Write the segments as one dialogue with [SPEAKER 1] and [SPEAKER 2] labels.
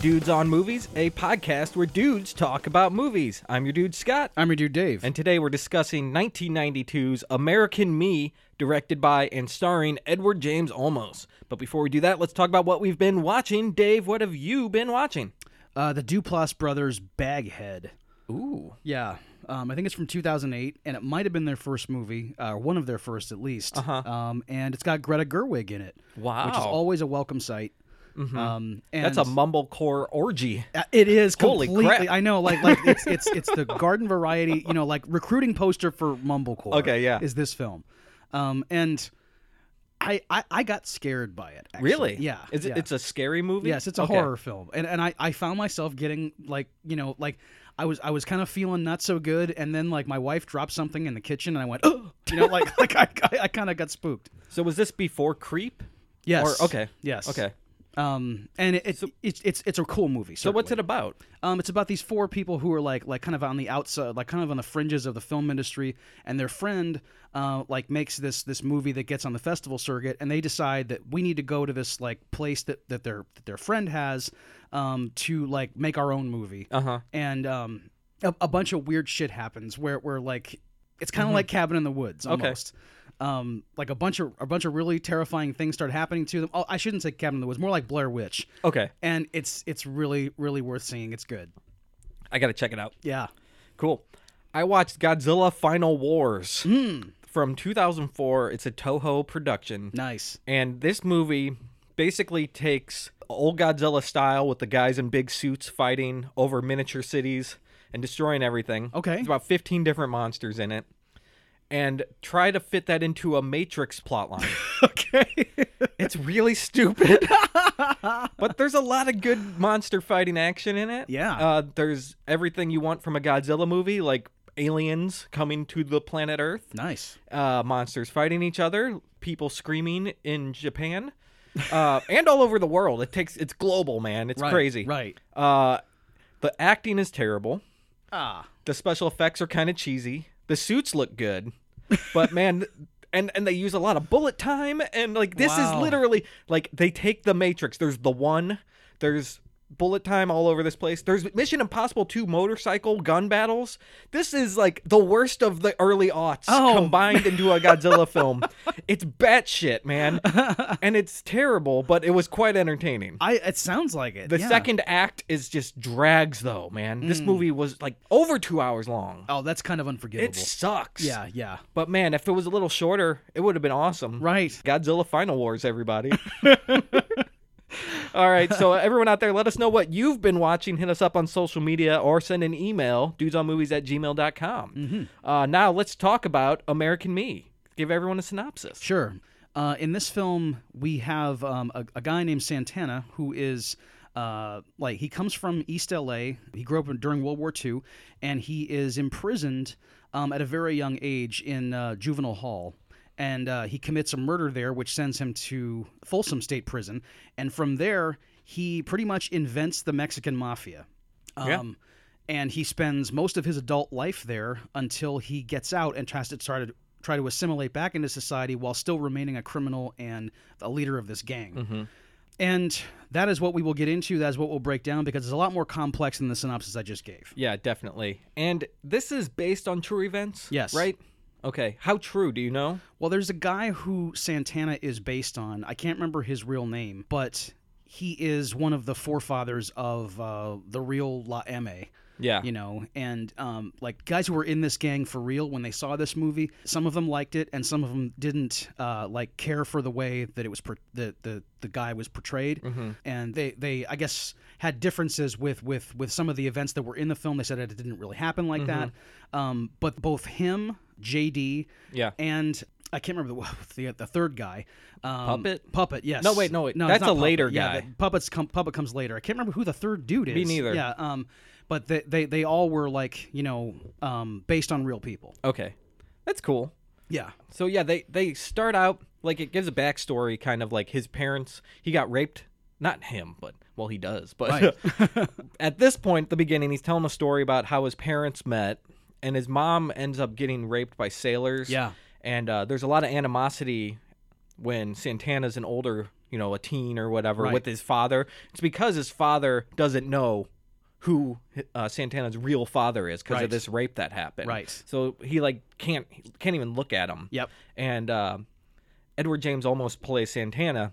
[SPEAKER 1] Dudes on Movies, a podcast where dudes talk about movies. I'm your dude, Scott.
[SPEAKER 2] I'm your dude, Dave.
[SPEAKER 1] And today we're discussing 1992's American Me, directed by and starring Edward James Olmos. But before we do that, let's talk about what we've been watching. Dave, what have you been watching?
[SPEAKER 2] uh, the Duplass Brothers Baghead.
[SPEAKER 1] Ooh.
[SPEAKER 2] Yeah. Um, I think it's from 2008, and it might have been their first movie, uh, one of their first at least. Uh-huh. Um, and it's got Greta Gerwig in it, which is
[SPEAKER 1] Wow. Mm-hmm.
[SPEAKER 2] always a welcome sight. Um, and
[SPEAKER 1] That's a mumblecore orgy.
[SPEAKER 2] Uh, It is
[SPEAKER 1] Holy
[SPEAKER 2] completely.
[SPEAKER 1] crap.
[SPEAKER 2] I know, like, like it's it's it's the garden variety, you know, like recruiting poster for Mumblecore.
[SPEAKER 1] Okay, yeah.
[SPEAKER 2] is this film, um, and I, I I got scared by it. actually.
[SPEAKER 1] Really?
[SPEAKER 2] Yeah.
[SPEAKER 1] Is it,
[SPEAKER 2] yeah.
[SPEAKER 1] It's a scary movie?
[SPEAKER 2] Yes, it's a
[SPEAKER 1] Okay.
[SPEAKER 2] horror film, and and I, I found myself getting like you know like I was I was kind of feeling not so good, and then like my wife dropped something in the kitchen, and I went, oh, you know, like like I I, I kind of got spooked.
[SPEAKER 1] So was this before Creep?
[SPEAKER 2] Yes.
[SPEAKER 1] Or, okay.
[SPEAKER 2] Yes.
[SPEAKER 1] Okay.
[SPEAKER 2] Um, and it, it, it's it's it's a cool movie.
[SPEAKER 1] So what's it about?
[SPEAKER 2] Um, it's about these four people who are like like kind of on the outside, like kind of on the fringes of the film industry, and their friend uh, like makes this this movie that gets on the festival circuit, and they decide that we need to go to this like place that that their that their friend has um, to like make our own movie,
[SPEAKER 1] Uh-huh.
[SPEAKER 2] and um, a, a bunch of weird shit happens where where like it's kind of like Cabin in the Woods almost. Um, like a bunch of a bunch of really terrifying things start happening to them. Oh, I shouldn't say Cabin in the Woods, more like Blair Witch.
[SPEAKER 1] Okay.
[SPEAKER 2] And it's it's really really worth seeing. It's good.
[SPEAKER 1] I got to check it out.
[SPEAKER 2] Yeah.
[SPEAKER 1] Cool. I watched Godzilla Final Wars from 2004. It's a Toho production.
[SPEAKER 2] Nice.
[SPEAKER 1] And this movie basically takes old Godzilla style with the guys in big suits fighting over miniature cities and destroying everything.
[SPEAKER 2] Okay.
[SPEAKER 1] It's about 15 different monsters in it. And try to fit that into a Matrix plotline.
[SPEAKER 2] Okay.
[SPEAKER 1] it's really stupid. but there's a lot of good monster fighting action in it.
[SPEAKER 2] Yeah.
[SPEAKER 1] Uh, there's everything you want from a Godzilla movie, like aliens coming to the planet Earth,
[SPEAKER 2] nice.
[SPEAKER 1] uh, monsters fighting each other, people screaming in Japan, uh, and all over the world. It takes it's global, man. It's crazy.
[SPEAKER 2] Right.
[SPEAKER 1] Uh, the acting is terrible.
[SPEAKER 2] Ah.
[SPEAKER 1] The special effects are kind of cheesy. The suits look good, but man, and and they use a lot of bullet time and like this
[SPEAKER 2] Wow.
[SPEAKER 1] is literally like they take the Matrix. There's the one. There's bullet time all over this place. There's Mission Impossible 2 motorcycle gun battles. This is like the worst of the early aughts
[SPEAKER 2] Oh.
[SPEAKER 1] combined into a Godzilla film. It's batshit, man. And it's terrible, but it was quite entertaining.
[SPEAKER 2] I. It sounds like it.
[SPEAKER 1] The
[SPEAKER 2] Uh, yeah. Mm.
[SPEAKER 1] second act is just drags though, man. This movie was like over 2 hours long.
[SPEAKER 2] Oh, that's kind of unforgivable.
[SPEAKER 1] It sucks.
[SPEAKER 2] yeah. Yeah.
[SPEAKER 1] But man, if it was a little shorter, it would have been awesome.
[SPEAKER 2] Right.
[SPEAKER 1] Godzilla Final Wars, everybody. All right, so everyone out there, let us know what you've been watching. Hit us up on social media or send an email, dudesonmovies at gmail.com. Uh, now let's talk about American Me. Give everyone a synopsis.
[SPEAKER 2] Sure. Uh, in this film, we have um, a, a guy named Santana who is. Uh, like he comes from East LA. He grew up in, during World War II, and he is imprisoned um, at a very young age in uh, juvenile hall. And uh, he commits a murder there, which sends him to Folsom State Prison. And from there, he pretty much invents the Mexican mafia.
[SPEAKER 1] Yeah.
[SPEAKER 2] Um, and he spends most of his adult life there until he gets out and tries to try to try to assimilate back into society while still remaining a criminal and a leader of this gang. And that is what we will get into. That is what we'll break down because it's a lot more complex than the synopsis I just gave.
[SPEAKER 1] Yeah, definitely. And this is based on true events?
[SPEAKER 2] Yes.
[SPEAKER 1] Right? Okay. How true do you know?
[SPEAKER 2] Well, there's a guy who Santana is based on. I can't remember his real name, but he is one of the forefathers of uh, the real La M.A.
[SPEAKER 1] Yeah.
[SPEAKER 2] you know and um, like guys who were in this gang for real when they saw this movie some of them liked it and some of them didn't uh, like care for the way that it was per- the, the the guy was portrayed and they they i guess had differences with with with some of the events that were in the film they said that it didn't really happen like that um, but both him jd
[SPEAKER 1] Yeah.
[SPEAKER 2] and I can't remember the the, the third guy. Um,
[SPEAKER 1] Puppet?
[SPEAKER 2] Puppet. Yes.
[SPEAKER 1] No, wait, no, wait.
[SPEAKER 2] it's
[SPEAKER 1] That's
[SPEAKER 2] not
[SPEAKER 1] a later
[SPEAKER 2] Yeah,
[SPEAKER 1] guy.
[SPEAKER 2] the puppets come. Puppet comes later. I can't remember who the third dude is.
[SPEAKER 1] neither.
[SPEAKER 2] Yeah. Um, but they they, they all were like you know um based on real people.
[SPEAKER 1] Okay. That's cool.
[SPEAKER 2] Yeah.
[SPEAKER 1] So yeah, they they start out like it gives a backstory, kind of like his parents. He got raped, not him, but well, he does. But at this point, the beginning, he's telling a story about how his parents met, and his mom ends up getting raped by sailors.
[SPEAKER 2] Yeah.
[SPEAKER 1] and uh, there's a lot of animosity when Santana's an older you know, a teen or whatever
[SPEAKER 2] Right.
[SPEAKER 1] with his father. It's because his father doesn't know who uh, Santana's real father is because
[SPEAKER 2] Right.
[SPEAKER 1] of this rape that happened.
[SPEAKER 2] Right.
[SPEAKER 1] So he like can't can't even look at him.
[SPEAKER 2] Yep.
[SPEAKER 1] And uh, Edward James almost plays Santana.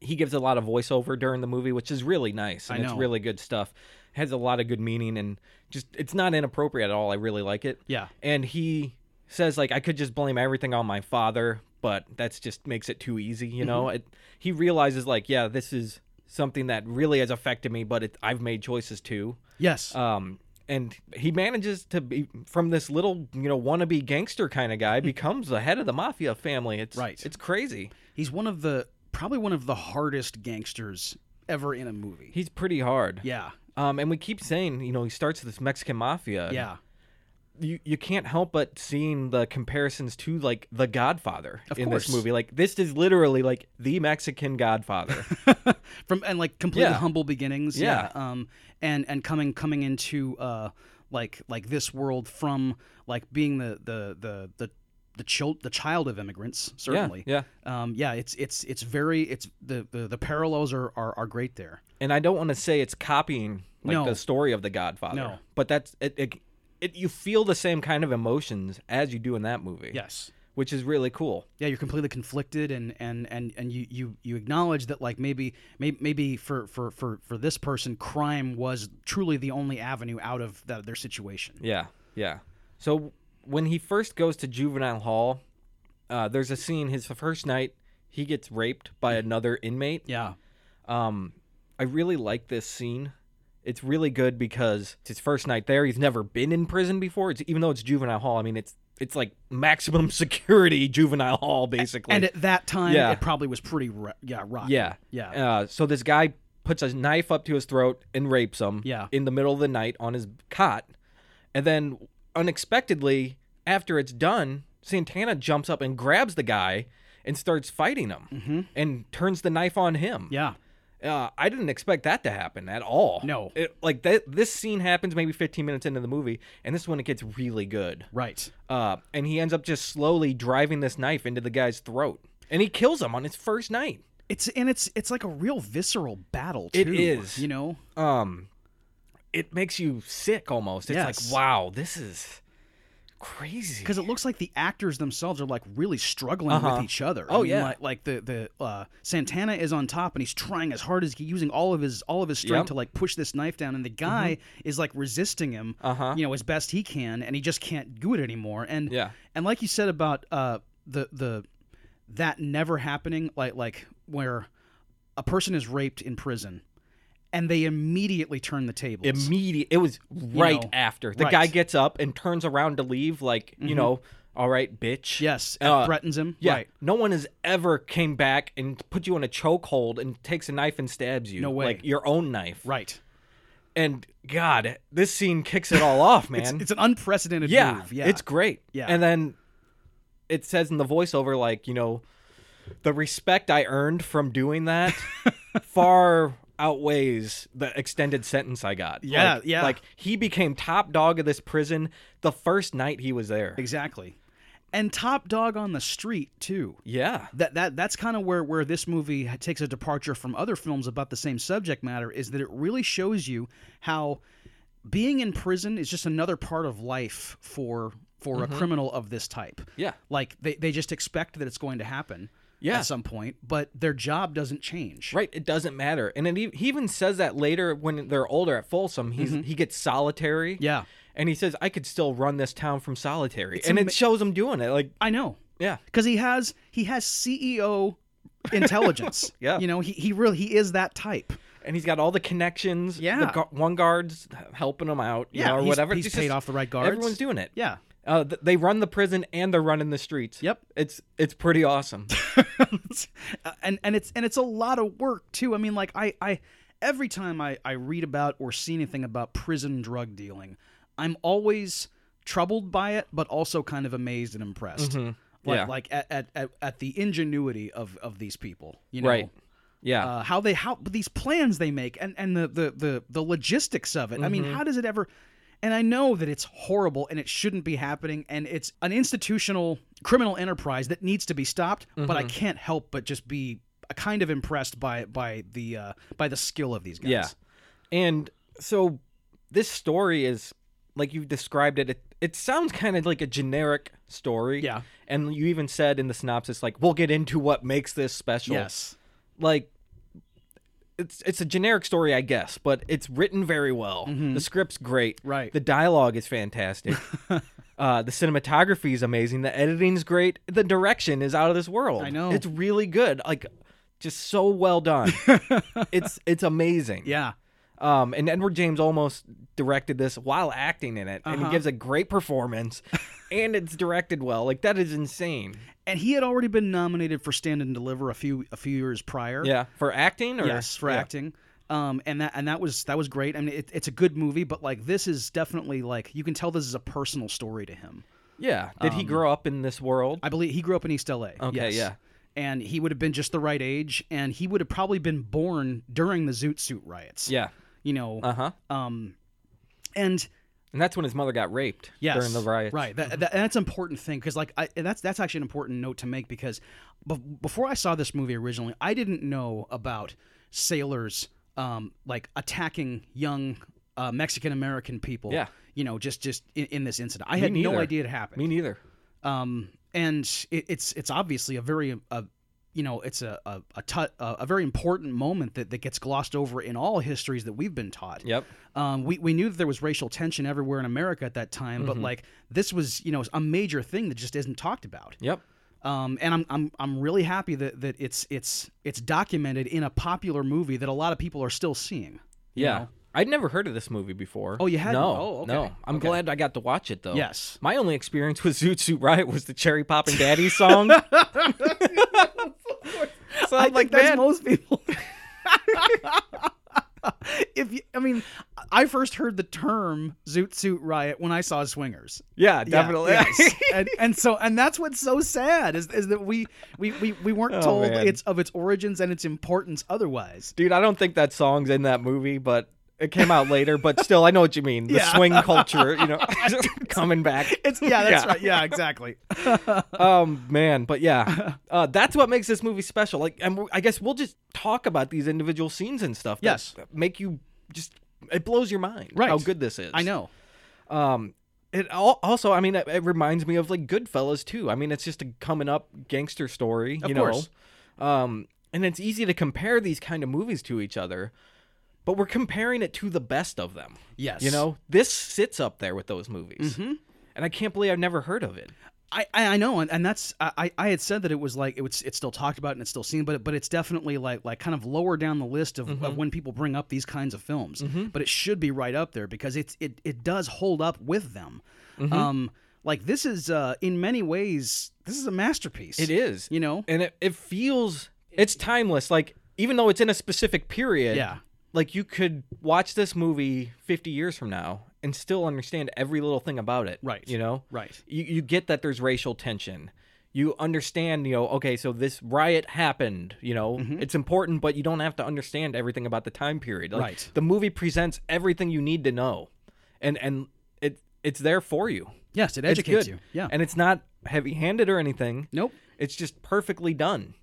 [SPEAKER 1] He gives a lot of voiceover during the movie, which is really nice, and
[SPEAKER 2] I
[SPEAKER 1] it's
[SPEAKER 2] know.
[SPEAKER 1] really good stuff. Has a lot of good meaning, and just it's not inappropriate at all. I really like it.
[SPEAKER 2] Yeah.
[SPEAKER 1] And he says like I could just blame everything on my father, but that's just makes it too easy, you know.
[SPEAKER 2] Mm-hmm.
[SPEAKER 1] It, he realizes like yeah, this is something that really has affected me, but it, I've made choices too.
[SPEAKER 2] Yes.
[SPEAKER 1] Um, and he manages to be from this little, you know, wannabe gangster kind of guy becomes the head of the mafia family. It's
[SPEAKER 2] Right.
[SPEAKER 1] It's crazy.
[SPEAKER 2] He's one of the probably one of the hardest gangsters ever in a movie.
[SPEAKER 1] He's pretty hard.
[SPEAKER 2] yeah.
[SPEAKER 1] Um, and we keep saying, you know, he starts this Mexican mafia.
[SPEAKER 2] Yeah.
[SPEAKER 1] You you can't help but seeing the comparisons to like The Godfather
[SPEAKER 2] Of
[SPEAKER 1] in
[SPEAKER 2] course.
[SPEAKER 1] this movie. Like this is literally like the Mexican Godfather.
[SPEAKER 2] From and like completely
[SPEAKER 1] Yeah.
[SPEAKER 2] humble beginnings.
[SPEAKER 1] Yeah.
[SPEAKER 2] Um and and coming coming into uh like like this world from like being the the the the the child the child of immigrants
[SPEAKER 1] yeah.
[SPEAKER 2] certainly.
[SPEAKER 1] Yeah.
[SPEAKER 2] Um, yeah, it's it's it's very it's the the, the parallels are, are are great there.
[SPEAKER 1] and I don't want to say it's copying like
[SPEAKER 2] No.
[SPEAKER 1] the story of the Godfather.
[SPEAKER 2] No.
[SPEAKER 1] But that's it, it, it. You feel the same kind of emotions as you do in that movie.
[SPEAKER 2] Yes.
[SPEAKER 1] which is really cool.
[SPEAKER 2] yeah you're completely conflicted and and and and you you you acknowledge that like maybe maybe, maybe for for for for this person crime was truly the only avenue out of the, their situation
[SPEAKER 1] Yeah, yeah. So when he first goes to juvenile hall, uh, there's a scene. His first night, he gets raped by another inmate.
[SPEAKER 2] yeah
[SPEAKER 1] Um, I really like this scene. It's really good because it's his first night there. He's never been in prison before. It's even though it's juvenile hall. I mean, it's it's like maximum security juvenile hall basically.
[SPEAKER 2] and at that time
[SPEAKER 1] Yeah.
[SPEAKER 2] it probably was pretty ro- yeah rocky.
[SPEAKER 1] Yeah.
[SPEAKER 2] yeah
[SPEAKER 1] Uh, so this guy puts a knife up to his throat and rapes him
[SPEAKER 2] Yeah.
[SPEAKER 1] in the middle of the night on his cot. And then unexpectedly, after it's done, Santana jumps up and grabs the guy and starts fighting him and turns the knife on him.
[SPEAKER 2] Mm-hmm. yeah
[SPEAKER 1] Uh, I didn't expect that to happen at all.
[SPEAKER 2] No.
[SPEAKER 1] It, like that, this scene happens maybe 15 minutes into the movie, and this one it gets really good.
[SPEAKER 2] right
[SPEAKER 1] Uh, and he ends up just slowly driving this knife into the guy's throat, and he kills him on his first night.
[SPEAKER 2] it's and it's it's like a real visceral battle too
[SPEAKER 1] It is.
[SPEAKER 2] you know
[SPEAKER 1] um it makes you sick almost it's
[SPEAKER 2] Yes.
[SPEAKER 1] like wow this is crazy
[SPEAKER 2] because it looks like the actors themselves are like really struggling with each other.
[SPEAKER 1] Oh,
[SPEAKER 2] I mean,
[SPEAKER 1] yeah.
[SPEAKER 2] like, like the the uh, Santana is on top and he's trying as hard as he using all of his all of his strength
[SPEAKER 1] Yep. Mm-hmm.
[SPEAKER 2] to like push this knife down, and the guy is like resisting him,
[SPEAKER 1] Uh-huh.
[SPEAKER 2] you know, as best he can, and he just can't do it anymore. And
[SPEAKER 1] Yeah.
[SPEAKER 2] and like you said about uh, the the that never happening, like like where a person is raped in prison, and they immediately turn the tables.
[SPEAKER 1] immediate it was right Mm-hmm.
[SPEAKER 2] know,
[SPEAKER 1] after the
[SPEAKER 2] right.
[SPEAKER 1] guy gets up and turns around to leave like you know all right bitch
[SPEAKER 2] yes,
[SPEAKER 1] Uh,
[SPEAKER 2] threatens him.
[SPEAKER 1] yeah
[SPEAKER 2] Right.
[SPEAKER 1] no one has ever came back and put you in a chokehold and takes a knife and stabs you
[SPEAKER 2] No way.
[SPEAKER 1] like your own knife
[SPEAKER 2] Right.
[SPEAKER 1] and god this scene kicks it all off man
[SPEAKER 2] It's, it's an unprecedented
[SPEAKER 1] yeah,
[SPEAKER 2] move. Yeah.
[SPEAKER 1] It's great.
[SPEAKER 2] Yeah.
[SPEAKER 1] And then it says in the voiceover, like, you know, the respect I earned from doing that far outweighs the extended sentence I got.
[SPEAKER 2] Yeah,
[SPEAKER 1] Like-
[SPEAKER 2] yeah.
[SPEAKER 1] Like he became top dog of this prison the first night he was there.
[SPEAKER 2] Exactly. And top dog on the street too.
[SPEAKER 1] Yeah.
[SPEAKER 2] That that that's kind of where where this movie ha- takes a departure from other films about the same subject matter is that it really shows you how being in prison is just another part of life for for
[SPEAKER 1] Mm-hmm.
[SPEAKER 2] a criminal of this type.
[SPEAKER 1] Yeah.
[SPEAKER 2] Like they, they just expect that it's going to happen
[SPEAKER 1] Yeah.
[SPEAKER 2] at some point, but their job doesn't change.
[SPEAKER 1] Right, it doesn't matter, and it, e- he even says that later when they're older at Folsom, he's he gets solitary.
[SPEAKER 2] Mm-hmm. Yeah.
[SPEAKER 1] and he says I could still run this town from solitary, and it shows him doing it. Like,
[SPEAKER 2] I know.
[SPEAKER 1] yeah,
[SPEAKER 2] because he has he has CEO intelligence.
[SPEAKER 1] Yeah.
[SPEAKER 2] you know he, he really he is that type.
[SPEAKER 1] and he's got all the connections.
[SPEAKER 2] Yeah.
[SPEAKER 1] the gu- one guard's helping him out, you
[SPEAKER 2] Yeah,
[SPEAKER 1] know, or
[SPEAKER 2] he's-
[SPEAKER 1] whatever.
[SPEAKER 2] he's
[SPEAKER 1] It's
[SPEAKER 2] paid off the right guards.
[SPEAKER 1] Everyone's doing it.
[SPEAKER 2] Yeah,
[SPEAKER 1] Uh, th- they run the prison and they're running the streets.
[SPEAKER 2] Yep.
[SPEAKER 1] it's it's pretty awesome.
[SPEAKER 2] Uh, and and it's and it's a lot of work too. I mean, like I I every time I I read about or see anything about prison drug dealing, I'm always troubled by it, but also kind of amazed and impressed. Like,
[SPEAKER 1] Yeah.
[SPEAKER 2] like at, at, at, at the ingenuity of, of these people, you know,
[SPEAKER 1] right? Yeah,
[SPEAKER 2] uh, how they how these plans they make and and the the the, the logistics of it. I
[SPEAKER 1] Mm-hmm.
[SPEAKER 2] mean, how does it ever? And I know that it's horrible and it shouldn't be happening, and it's
[SPEAKER 1] Mm-hmm.
[SPEAKER 2] an institutional criminal enterprise that needs to be stopped. But I can't help but just be kind of impressed by by the uh, by the skill of these guys.
[SPEAKER 1] Yeah. And so this story is like you've described it. It, it sounds kind of like a generic story.
[SPEAKER 2] Yeah.
[SPEAKER 1] And you even said in the synopsis, like, we'll get into what makes this special.
[SPEAKER 2] Yes.
[SPEAKER 1] Like, it's it's a generic story, I guess, but it's written very well.
[SPEAKER 2] Mm-hmm.
[SPEAKER 1] The script's great.
[SPEAKER 2] Right.
[SPEAKER 1] The dialogue is fantastic. uh, the cinematography is amazing. The editing's great. The direction is out of this world.
[SPEAKER 2] I know.
[SPEAKER 1] It's really good. Like, just so well done. it's it's amazing.
[SPEAKER 2] Yeah.
[SPEAKER 1] Um, and Edward James almost directed this while acting in it, and
[SPEAKER 2] Uh-huh.
[SPEAKER 1] he gives a great performance, and it's directed well. Like that is insane.
[SPEAKER 2] And he had already been nominated for Stand and Deliver a few a few years prior.
[SPEAKER 1] Yeah, for acting or
[SPEAKER 2] Er Yes, for
[SPEAKER 1] Yeah.
[SPEAKER 2] acting. Um, and that and that was that was great. I mean, it, it's a good movie, but like this is definitely like you can tell this is a personal story to him.
[SPEAKER 1] Yeah, did he grow up in this world?
[SPEAKER 2] um, I believe he grew up in East LA.
[SPEAKER 1] Okay,
[SPEAKER 2] yes.
[SPEAKER 1] yeah.
[SPEAKER 2] And he would have been just the right age, and he would have probably been born during the Zoot Suit riots.
[SPEAKER 1] yeah,
[SPEAKER 2] You know,
[SPEAKER 1] uh huh.
[SPEAKER 2] um, and
[SPEAKER 1] And that's when his mother got raped
[SPEAKER 2] yes,
[SPEAKER 1] during the riots.
[SPEAKER 2] right? That, that, and that's an important thing because, like, I, and that's that's actually an important note to make because be- before I saw this movie originally, I didn't know about sailors um, like attacking young uh, Mexican American people.
[SPEAKER 1] Yeah.
[SPEAKER 2] you know, just just in, in this incident, I had no
[SPEAKER 1] neither.
[SPEAKER 2] idea it happened.
[SPEAKER 1] Me neither.
[SPEAKER 2] um, and it, it's it's obviously a very uh, you know it's a a a, tu- a a very important moment that, that gets glossed over in all histories that we've been taught.
[SPEAKER 1] Yep.
[SPEAKER 2] Um, we we knew that there was racial tension everywhere in America at that time, but like this was you know a major thing that just isn't talked about.
[SPEAKER 1] Yep.
[SPEAKER 2] Um, and I'm, I'm I'm really happy that, that it's it's it's documented in a popular movie that a lot of people are still seeing. you
[SPEAKER 1] Yeah.
[SPEAKER 2] know?
[SPEAKER 1] I'd never heard of this movie before.
[SPEAKER 2] Oh, you hadn't?
[SPEAKER 1] No.
[SPEAKER 2] Oh, okay.
[SPEAKER 1] No. I'm glad I got to watch it though.
[SPEAKER 2] Yes.
[SPEAKER 1] My only experience with Zoot Suit Riot was the Cherry Pop and Daddy song. so
[SPEAKER 2] I
[SPEAKER 1] I'm
[SPEAKER 2] think
[SPEAKER 1] like,
[SPEAKER 2] that's
[SPEAKER 1] man,
[SPEAKER 2] most people. if you, I mean, I first heard the term Zoot Suit Riot when I saw Swingers.
[SPEAKER 1] yeah,
[SPEAKER 2] Yeah,
[SPEAKER 1] definitely.
[SPEAKER 2] yes. and, and so and that's what's so sad is, is that we we, we, we weren't told
[SPEAKER 1] Oh, man.
[SPEAKER 2] its of its origins and its importance otherwise.
[SPEAKER 1] Dude, I don't think that song's in that movie, but it came out later. But still, I know what you mean. The
[SPEAKER 2] Yeah.
[SPEAKER 1] swing culture, you know, coming back.
[SPEAKER 2] It's yeah, that's
[SPEAKER 1] Yeah.
[SPEAKER 2] right. Yeah, exactly.
[SPEAKER 1] Um, man, but yeah, uh, that's what makes this movie special. Like, and we- I guess we'll just talk about these individual scenes and stuff. that
[SPEAKER 2] Yes.
[SPEAKER 1] make you just it blows your mind.
[SPEAKER 2] Right.
[SPEAKER 1] how good this is.
[SPEAKER 2] I know.
[SPEAKER 1] Um, it al- also, I mean, it, it reminds me of like Goodfellas too. I mean, it's just a coming up gangster story,
[SPEAKER 2] Of
[SPEAKER 1] you
[SPEAKER 2] course.
[SPEAKER 1] know. Um, and it's easy to compare these kind of movies to each other, but we're comparing it to the best of them.
[SPEAKER 2] Yes. Mm-hmm.
[SPEAKER 1] You know, this sits up there with those movies, and I can't believe I've never heard of it.
[SPEAKER 2] I, I I know, and, and that's I, I- I had said that it was like it was it's still talked about and it's still seen, but it- but it's definitely like like kind of lower down the list of,
[SPEAKER 1] Mm-hmm.
[SPEAKER 2] of when people bring up these kinds of films. But it should be right up there because it's it it does hold up with them.
[SPEAKER 1] Mm-hmm.
[SPEAKER 2] Um, like this is uh in many ways this is a masterpiece.
[SPEAKER 1] It is,
[SPEAKER 2] you know.
[SPEAKER 1] and it, it feels it's timeless. Like even though it's in a specific period,
[SPEAKER 2] Yeah.
[SPEAKER 1] Like you could watch this movie fifty years from now and still understand every little thing about it.
[SPEAKER 2] Right.
[SPEAKER 1] You know.
[SPEAKER 2] Right.
[SPEAKER 1] you, you get that there's racial tension. You understand, you know, okay, so this riot happened, you know,
[SPEAKER 2] Mm-hmm.
[SPEAKER 1] it's important, but you don't have to understand everything about the time period. Like,
[SPEAKER 2] Right.
[SPEAKER 1] The movie presents everything you need to know, and and it it's there for you.
[SPEAKER 2] Yes, it
[SPEAKER 1] It's
[SPEAKER 2] educates
[SPEAKER 1] good.
[SPEAKER 2] you. Yeah.
[SPEAKER 1] and it's not heavy-handed or anything.
[SPEAKER 2] nope.
[SPEAKER 1] It's just perfectly done.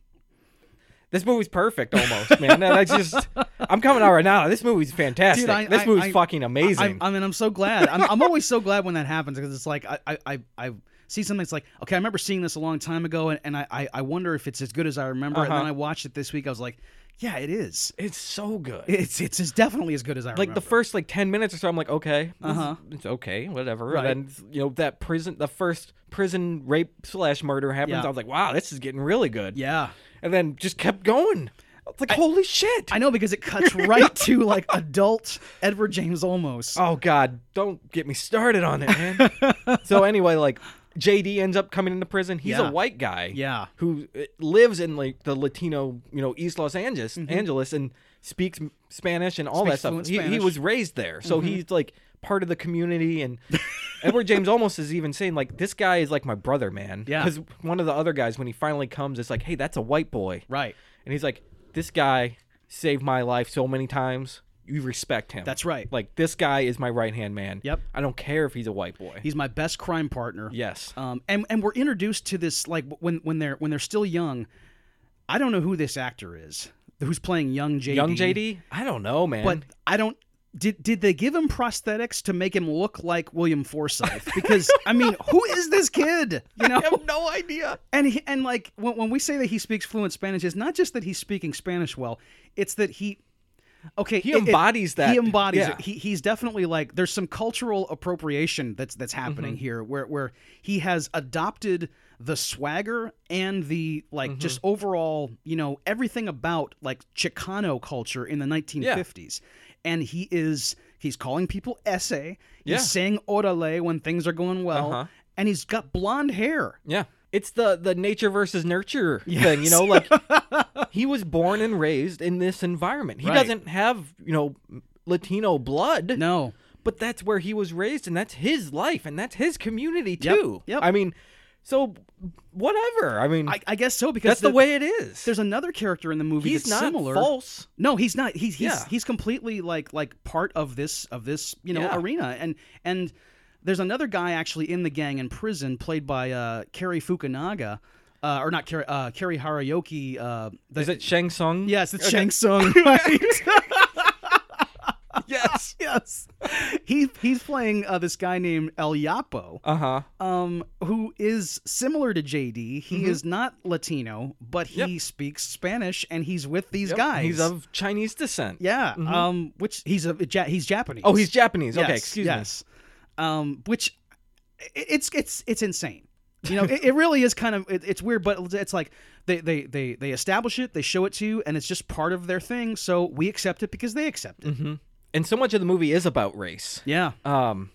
[SPEAKER 1] This movie's perfect, almost, man. And I just, I'm coming out right now. This movie's fantastic.
[SPEAKER 2] Dude, I-
[SPEAKER 1] this
[SPEAKER 2] I-
[SPEAKER 1] movie's
[SPEAKER 2] I-
[SPEAKER 1] fucking amazing.
[SPEAKER 2] I, I mean, I'm so glad. I'm, I'm always so glad when that happens because it's like I, I, I, I see something that's like, okay, I remember seeing this a long time ago, and, and I, I, I wonder if it's as good as I remember. And
[SPEAKER 1] Uh-huh.
[SPEAKER 2] then I watched it this week. I was like, yeah, it is.
[SPEAKER 1] it's so good.
[SPEAKER 2] It's it's, it's definitely as good as I
[SPEAKER 1] like
[SPEAKER 2] remember.
[SPEAKER 1] the first like 10 minutes or so i'm like okay uh-huh. it's okay whatever
[SPEAKER 2] Right.
[SPEAKER 1] and then you know that prison the first prison rape slash murder happens
[SPEAKER 2] Yeah.
[SPEAKER 1] i was like wow this is getting really good
[SPEAKER 2] yeah.
[SPEAKER 1] and then just kept going it's like holy shit
[SPEAKER 2] I know because it cuts right to like adult Edward James almost.
[SPEAKER 1] oh god don't get me started on it man so anyway like jd ends up coming into prison he's
[SPEAKER 2] Yeah.
[SPEAKER 1] a white guy
[SPEAKER 2] Yeah.
[SPEAKER 1] who uh, lives in like the latino you know east los angeles angeles and speaks m- spanish and all
[SPEAKER 2] Mm-hmm. Speaks
[SPEAKER 1] that
[SPEAKER 2] fluent
[SPEAKER 1] stuff he, he
[SPEAKER 2] Spanish. Mm-hmm.
[SPEAKER 1] was raised there so he's like part of the community and edward james almost is even saying like this guy is like my brother man
[SPEAKER 2] Yeah.
[SPEAKER 1] because one of the other guys when he finally comes it's like hey that's a white boy
[SPEAKER 2] Right.
[SPEAKER 1] and he's like this guy saved my life so many times you respect him
[SPEAKER 2] That's right.
[SPEAKER 1] like this guy is my right hand man
[SPEAKER 2] Yep.
[SPEAKER 1] i don't care if he's a white boy
[SPEAKER 2] He's my best crime partner.
[SPEAKER 1] yes
[SPEAKER 2] Um, and and we're introduced to this like when when they're when they're still young. I- I don't know who this actor is who's playing young JD.
[SPEAKER 1] Young JD? I don't know, man.
[SPEAKER 2] But I don't. Did did they give him prosthetics to make him look like William Forsythe? Because I mean, who is this kid? You know,
[SPEAKER 1] I have no idea.
[SPEAKER 2] and he, and like when, when we say that he speaks fluent Spanish, it's not just that he's speaking Spanish well; it's that he, okay,
[SPEAKER 1] He
[SPEAKER 2] it- it-
[SPEAKER 1] embodies that.
[SPEAKER 2] He embodies
[SPEAKER 1] Yeah.
[SPEAKER 2] it. He, he's definitely like there's some cultural appropriation that's that's
[SPEAKER 1] Mm-hmm.
[SPEAKER 2] happening here, where where he has adopted the swagger and the like,
[SPEAKER 1] Mm-hmm.
[SPEAKER 2] just overall, you know, everything about like Chicano culture in the 1950s, and he is he's calling people essay. He's
[SPEAKER 1] Yeah.
[SPEAKER 2] saying orale when things are going well.
[SPEAKER 1] Uh-huh.
[SPEAKER 2] And he's got blonde hair.
[SPEAKER 1] Yeah. It's the the nature versus nurture thing, you know, like he was born and raised in this environment. He
[SPEAKER 2] Right.
[SPEAKER 1] doesn't have, you know, Latino blood,
[SPEAKER 2] No,
[SPEAKER 1] but that's where he was raised and that's his life and that's his community
[SPEAKER 2] Yep,
[SPEAKER 1] too.
[SPEAKER 2] yep.
[SPEAKER 1] I mean, so whatever. I mean,
[SPEAKER 2] I, I guess so because
[SPEAKER 1] that's the,
[SPEAKER 2] the-
[SPEAKER 1] way it is.
[SPEAKER 2] There's another character in the movie
[SPEAKER 1] He's not
[SPEAKER 2] that's similar.
[SPEAKER 1] false.
[SPEAKER 2] No, he's not. He's he's,
[SPEAKER 1] Yeah.
[SPEAKER 2] he's completely like like part of this of this you know
[SPEAKER 1] Yeah.
[SPEAKER 2] arena and and there's another guy actually in the gang in prison played by uh, Kerry Fukunaga. Uh, or not Kerry, uh, Kerry Harayoki. Uh, the,
[SPEAKER 1] Is it Shang Tsung?
[SPEAKER 2] yes, it's Shang Tsung. Right?
[SPEAKER 1] Yes.
[SPEAKER 2] yes, he he's playing uh, this guy named El Yapo,
[SPEAKER 1] Uh huh.
[SPEAKER 2] um, who is similar to JD. He
[SPEAKER 1] Mm-hmm.
[SPEAKER 2] is not Latino, but he speaks Spanish, and he's with these guys.
[SPEAKER 1] He's of Chinese descent.
[SPEAKER 2] Yeah. Um. Which he's a ja- he's Japanese.
[SPEAKER 1] Oh, he's Japanese.
[SPEAKER 2] Yes,
[SPEAKER 1] okay, excuse
[SPEAKER 2] yes. Um. Which, i- it's it's it's insane. You know, it, it really is kind of it, it's weird, but it's like they, they they they establish it, they show it to you, and it's just part of their thing. So we accept it because they accept it.
[SPEAKER 1] me. hmm And so much of the movie is about race.
[SPEAKER 2] Yeah.
[SPEAKER 1] Um,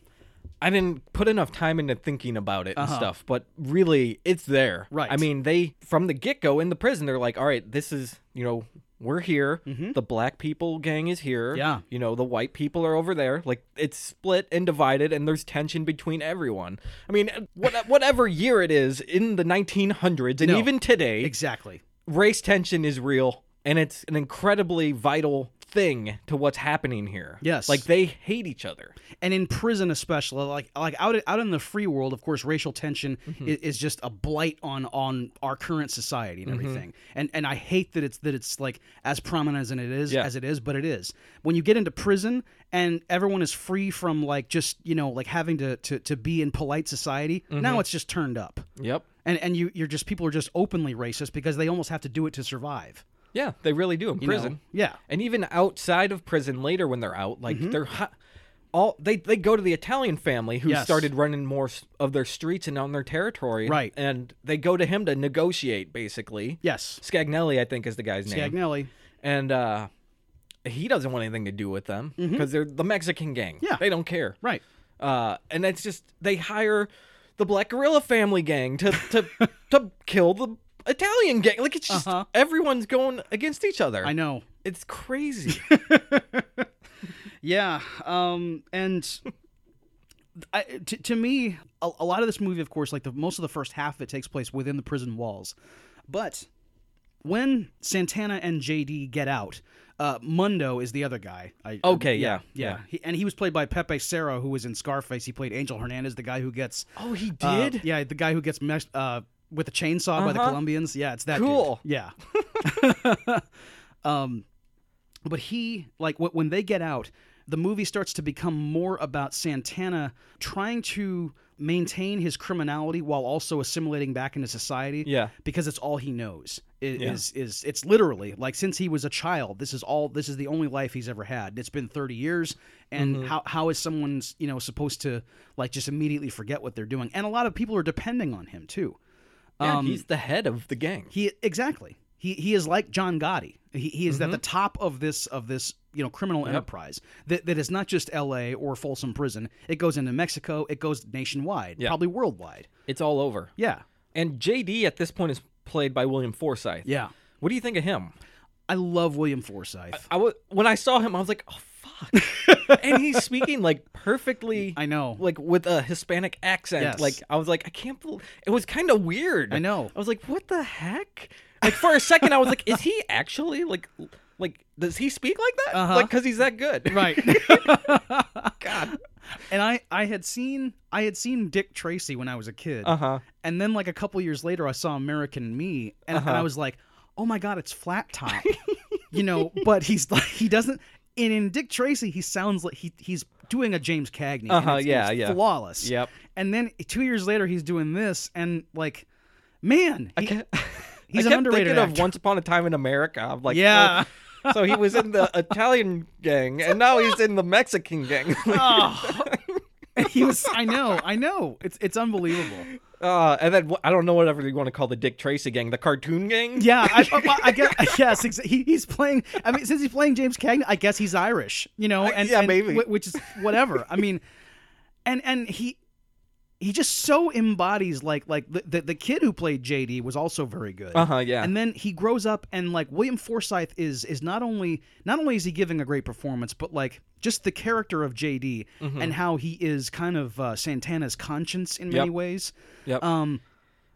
[SPEAKER 1] I didn't put enough time into thinking about it and
[SPEAKER 2] Uh-huh.
[SPEAKER 1] stuff, but really, it's there.
[SPEAKER 2] Right.
[SPEAKER 1] I mean, they from the get go in the prison, they're like, "All right, this is you know, we're here. The black people gang is here.
[SPEAKER 2] Mm-hmm. Yeah.
[SPEAKER 1] You know, the white people are over there. Like it's split and divided, and there's tension between everyone. I mean, uh, what, whatever year it is in the 1900s, and
[SPEAKER 2] No.
[SPEAKER 1] even today,
[SPEAKER 2] Exactly.
[SPEAKER 1] race tension is real and it's an incredibly vital thing to what's happening here.
[SPEAKER 2] Yes.
[SPEAKER 1] Like they hate each other.
[SPEAKER 2] and in prison especially like like out out in the free world of course racial tension i is, just a blight on on our current society and everything and and i hate that it's that it's like as prominent as it is
[SPEAKER 1] Yeah.
[SPEAKER 2] as it is but it is when you get into prison and everyone is free from like just you know like having to to, to be in polite society now it's just turned up
[SPEAKER 1] Yep.
[SPEAKER 2] and and you you're just people are just openly racist because they almost have to do it to survive
[SPEAKER 1] Yeah, they really do in
[SPEAKER 2] you know?
[SPEAKER 1] prison.
[SPEAKER 2] yeah Mm-hmm.
[SPEAKER 1] And even outside of prison later when they're out, like they're hot. All they they go to the Italian family who
[SPEAKER 2] Yes.
[SPEAKER 1] started running more s- of their streets and on their territory,
[SPEAKER 2] Right.
[SPEAKER 1] And they go to him to negotiate, basically.
[SPEAKER 2] yes
[SPEAKER 1] Scagnelli, I think, is the guy's name.
[SPEAKER 2] Agnelli.
[SPEAKER 1] and uh, he doesn't want anything to do with them because they're the Mexican gang.
[SPEAKER 2] Mm-hmm. Yeah.
[SPEAKER 1] they don't care.
[SPEAKER 2] right
[SPEAKER 1] Uh, and it's just they hire the Black Gorilla Family gang to to to kill the Italian gang. Like it's just
[SPEAKER 2] Uh-huh.
[SPEAKER 1] everyone's going against each other.
[SPEAKER 2] i know
[SPEAKER 1] It's crazy.
[SPEAKER 2] Yeah, um, and I, to, to me, a, a lot of this movie, of course, like the most of the first half of it takes place within the prison walls, but when Santana and JD get out, uh, Mundo is the other guy. I,
[SPEAKER 1] okay, yeah,
[SPEAKER 2] yeah, He, and he was played by Pepe Serra, who was in Scarface. He played Angel Hernandez, the guy who gets
[SPEAKER 1] Oh, he
[SPEAKER 2] uh,
[SPEAKER 1] did.
[SPEAKER 2] yeah, the guy who gets meshed uh, with a chainsaw by the
[SPEAKER 1] Uh-huh.
[SPEAKER 2] Colombians. Yeah, it's that
[SPEAKER 1] Cool.
[SPEAKER 2] Dude. Yeah. um, but he like wh- when they get out, the movie starts to become more about Santana trying to maintain his criminality while also assimilating back into society.
[SPEAKER 1] Yeah.
[SPEAKER 2] because it's all he knows. i- Is, is it's literally like since he was a child, this is all this is the only life he's ever had. It's been thirty years, and how how is someone's you know supposed to like just immediately forget what they're doing? And a lot of people are depending on him too.
[SPEAKER 1] Yeah, he's the head of the gang.
[SPEAKER 2] um, He exactly. He he is like John Gotti. He, he is at the top of this of this you know criminal enterprise that, that is not just L.A. or Folsom Prison. It goes into Mexico. It goes nationwide, probably worldwide.
[SPEAKER 1] It's all over.
[SPEAKER 2] Yeah,
[SPEAKER 1] And JD at this point is played by William Forsythe.
[SPEAKER 2] yeah.
[SPEAKER 1] What do you think of him?
[SPEAKER 2] I love William Forsythe.
[SPEAKER 1] I was when I saw him, I was like, oh fuck. and he's speaking like perfectly.
[SPEAKER 2] I know.
[SPEAKER 1] Like with a Hispanic accent.
[SPEAKER 2] Yes.
[SPEAKER 1] Like I was like, I can't believe it was kind of weird.
[SPEAKER 2] I know.
[SPEAKER 1] I was like, what the heck? Like for a second, I was like, is he actually like, like does he speak like that?
[SPEAKER 2] Uh-huh.
[SPEAKER 1] Like because he's that good,
[SPEAKER 2] Right.
[SPEAKER 1] God.
[SPEAKER 2] and I I had seen I had seen Dick Tracy when I was a kid.
[SPEAKER 1] Uh huh. Uh-huh.
[SPEAKER 2] And then like a couple years later I saw American Me and, and I was like, oh my god, it's flat top, you know. But he's like he doesn't. And in Dick Tracy, he sounds like he he's doing a James Cagney. and
[SPEAKER 1] Uh-huh,
[SPEAKER 2] it's-
[SPEAKER 1] yeah,
[SPEAKER 2] it's
[SPEAKER 1] yeah.
[SPEAKER 2] flawless.
[SPEAKER 1] Yep.
[SPEAKER 2] And then two years later, he's doing this, and like, man,
[SPEAKER 1] I
[SPEAKER 2] he-
[SPEAKER 1] kept,
[SPEAKER 2] he's
[SPEAKER 1] I
[SPEAKER 2] an
[SPEAKER 1] kept
[SPEAKER 2] underrated
[SPEAKER 1] thinking of
[SPEAKER 2] actor.
[SPEAKER 1] Once Upon a Time in America. I'm like,
[SPEAKER 2] yeah.
[SPEAKER 1] oh, so he was in the Italian gang, and now he's in the Mexican gang.
[SPEAKER 2] Oh. he was. I know. I know. It's it's unbelievable.
[SPEAKER 1] uh, and then wh- I don't know whatever you want to call the Dick Tracy gang, the cartoon gang.
[SPEAKER 2] Yeah, I, I, I guess yes. Ex- he, he's playing. I mean, since he's playing James Cagney, I guess he's Irish, you know. And
[SPEAKER 1] yeah,
[SPEAKER 2] and
[SPEAKER 1] maybe.
[SPEAKER 2] wh- which is whatever. I mean, and and he he just so embodies like like the the, the kid who played JD was also very good.
[SPEAKER 1] Uh huh. Yeah.
[SPEAKER 2] And then he grows up, and like William Forsythe is is not only not only is he giving a great performance, but like just the character of JD
[SPEAKER 1] Mm-hmm.
[SPEAKER 2] and how he is kind of uh, Santana's conscience in many
[SPEAKER 1] Yep.
[SPEAKER 2] ways.
[SPEAKER 1] Yep.
[SPEAKER 2] Um.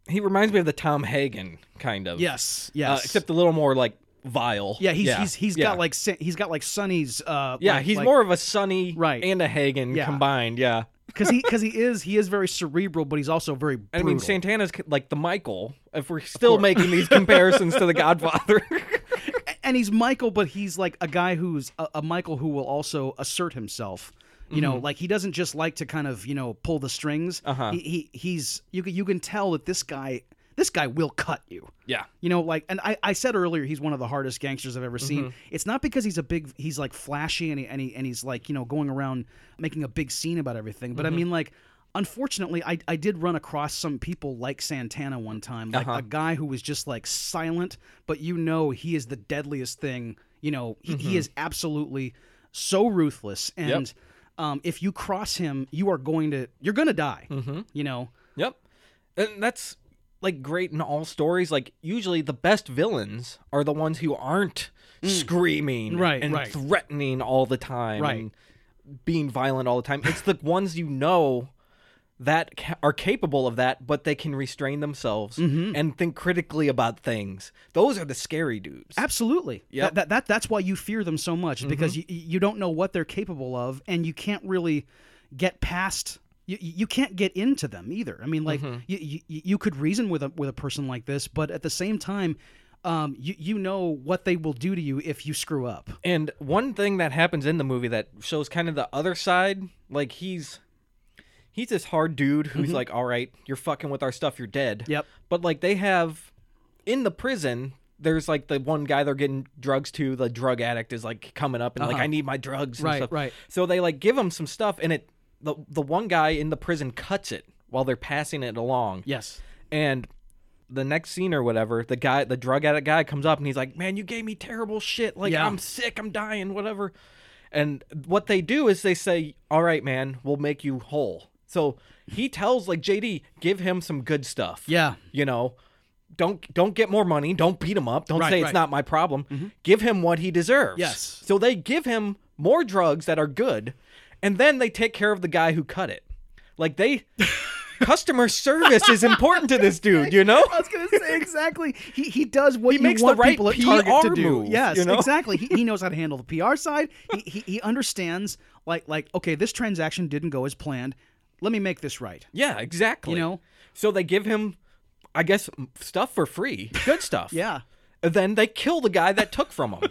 [SPEAKER 1] he reminds me of the Tom Hagen kind of.
[SPEAKER 2] Yes.
[SPEAKER 1] Uh,
[SPEAKER 2] Yes.
[SPEAKER 1] except a little more like vile.
[SPEAKER 2] Yeah, he's he's he's
[SPEAKER 1] yeah.
[SPEAKER 2] got like Sa- he's got like Sonny's. Uh,
[SPEAKER 1] yeah,
[SPEAKER 2] like-
[SPEAKER 1] he's
[SPEAKER 2] like-
[SPEAKER 1] more of a Sonny
[SPEAKER 2] Right.
[SPEAKER 1] and a Hagen
[SPEAKER 2] Yeah.
[SPEAKER 1] combined. Yeah.
[SPEAKER 2] because he because he is he is very cerebral, but he's also very. Brutal.
[SPEAKER 1] I mean, Santana's c- like the Michael. If we're still making these comparisons to the Godfather,
[SPEAKER 2] A- and he's Michael, but he's like a guy who's a, a Michael who will also assert himself. You know, like he doesn't just like to kind of you know pull the strings.
[SPEAKER 1] Mm-hmm. Uh-huh.
[SPEAKER 2] He, he he's you can you can tell that this guy this guy will cut you.
[SPEAKER 1] yeah,
[SPEAKER 2] You know, like, and I, I said earlier, he's one of the hardest gangsters I've ever seen. It's not because he's a big, he's like flashy and he, and, he, and he's like, you know, going around making a big scene about everything. But I mean, like, unfortunately, I, I did run across some people like Santana one time, like a guy who was just like silent, but you know, he is the deadliest thing. You know, he, he is absolutely so ruthless. And um, if you cross him, you are going to, you're going to die. You know,
[SPEAKER 1] yep. And that's like great in all stories. Like usually the best villains are the ones who aren't screaming
[SPEAKER 2] Mm. Right,
[SPEAKER 1] and
[SPEAKER 2] right.
[SPEAKER 1] threatening all the time
[SPEAKER 2] Right.
[SPEAKER 1] and being violent all the time. It's the ones you know that ca- are capable of that, but they can restrain themselves
[SPEAKER 2] Mm-hmm.
[SPEAKER 1] and think critically about things. Those are the scary dudes.
[SPEAKER 2] Absolutely. Yeah.
[SPEAKER 1] Yep.
[SPEAKER 2] That, that, that that's why you fear them so much because you you don't know what they're capable of and you can't really get past you, you can't get into them either. I mean, like you, you you could reason with a with a person like this, but at the same time, um, you you know what they will do to you if you screw up.
[SPEAKER 1] And one thing that happens in the movie that shows kind of the other side, like he's he's this hard dude who's like, "All right, you're fucking with our stuff, you're dead."
[SPEAKER 2] Mm-hmm. Yep.
[SPEAKER 1] But like they have in the prison, there's like the one guy they're getting drugs to, the drug addict is like coming up and like, "I need my drugs." And
[SPEAKER 2] Uh-huh. Right,
[SPEAKER 1] stuff.
[SPEAKER 2] right.
[SPEAKER 1] So they like give him some stuff, and it the the one guy in the prison cuts it while they're passing it along.
[SPEAKER 2] Yes.
[SPEAKER 1] And the next scene or whatever, the guy, the drug addict guy comes up and he's like, Man, you gave me terrible shit. Like,
[SPEAKER 2] Yeah.
[SPEAKER 1] I'm sick, I'm dying, whatever. And what they do is they say, All right, man, we'll make you whole. So he tells like JD, give him some good stuff.
[SPEAKER 2] Yeah.
[SPEAKER 1] You know, don't don't get more money. Don't beat him up. Don't
[SPEAKER 2] Right,
[SPEAKER 1] say it's
[SPEAKER 2] right. Mm-hmm.
[SPEAKER 1] not my problem. Give him what he deserves.
[SPEAKER 2] Yes.
[SPEAKER 1] So they give him more drugs that are good, and then they take care of the guy who cut it. Like they customer service is important to this dude, you know?
[SPEAKER 2] I was gonna say exactly. He he does what
[SPEAKER 1] He
[SPEAKER 2] you
[SPEAKER 1] makes the
[SPEAKER 2] want
[SPEAKER 1] right
[SPEAKER 2] people at
[SPEAKER 1] PR
[SPEAKER 2] Target to do.
[SPEAKER 1] moves,
[SPEAKER 2] yes,
[SPEAKER 1] you know?
[SPEAKER 2] exactly. He, he knows how to handle the PR side. He, he he understands like like okay, this transaction didn't go as planned. Let me make this right.
[SPEAKER 1] Yeah, exactly.
[SPEAKER 2] You know?
[SPEAKER 1] So they give him I guess m- stuff for free. Good stuff.
[SPEAKER 2] Yeah.
[SPEAKER 1] And then they kill the guy that took from him.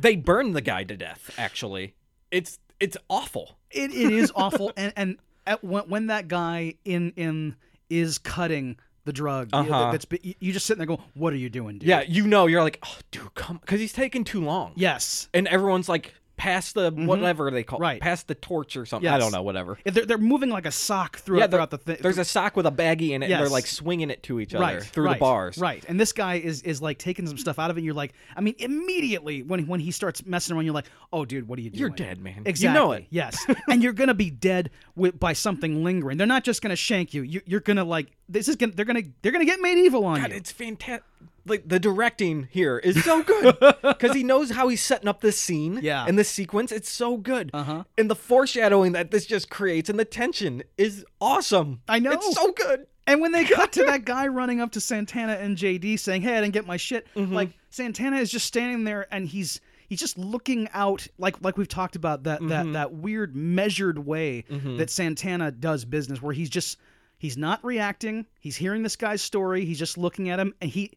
[SPEAKER 1] they burn the guy to death, actually. It's it's awful.
[SPEAKER 2] It it is awful. and and at, when when that guy in in is cutting the drug, you know,
[SPEAKER 1] Uh-huh.
[SPEAKER 2] that's be- you just sitting there going, "What are you doing, dude?"
[SPEAKER 1] Yeah, you know, you're like, oh, dude, come, because he's taking too long.
[SPEAKER 2] Yes.
[SPEAKER 1] and everyone's like past the whatever they call
[SPEAKER 2] Mm-hmm. Right.
[SPEAKER 1] past the torch or something. I
[SPEAKER 2] Yes.
[SPEAKER 1] don't know, whatever.
[SPEAKER 2] They're, they're moving like a sock throughout,
[SPEAKER 1] there-
[SPEAKER 2] throughout the thing.
[SPEAKER 1] There's a sock with a baggie in it, and they're
[SPEAKER 2] Yes.
[SPEAKER 1] like swinging it to each other
[SPEAKER 2] right,
[SPEAKER 1] through
[SPEAKER 2] right,
[SPEAKER 1] the bars.
[SPEAKER 2] Right. And this guy is is like taking some stuff out of it. And you're like, I mean, immediately when when he starts messing around, you're like, oh, dude, what are you doing?
[SPEAKER 1] You're dead, man.
[SPEAKER 2] Exactly.
[SPEAKER 1] You know it.
[SPEAKER 2] Yes. and you're gonna be dead with, by something lingering. They're not just gonna shank you. you. You're gonna like this is gonna they're gonna they're gonna get medieval on
[SPEAKER 1] God,
[SPEAKER 2] you.
[SPEAKER 1] it's fantastic. Like the directing here is so good because he knows how he's setting up this scene
[SPEAKER 2] Yeah.
[SPEAKER 1] and this sequence. It's so good,
[SPEAKER 2] Uh-huh.
[SPEAKER 1] and the foreshadowing that this just creates and the tension is awesome.
[SPEAKER 2] I know.
[SPEAKER 1] it's so good.
[SPEAKER 2] And when they cut to that guy running up to Santana and JD saying, "Hey, I didn't get my shit,"
[SPEAKER 1] Mm-hmm.
[SPEAKER 2] like Santana is just standing there and he's he's just looking out, like like we've talked about that
[SPEAKER 1] Mm-hmm.
[SPEAKER 2] that that weird measured way that Santana does business, where he's just he's not reacting, he's hearing this guy's story, he's just looking at him, and he.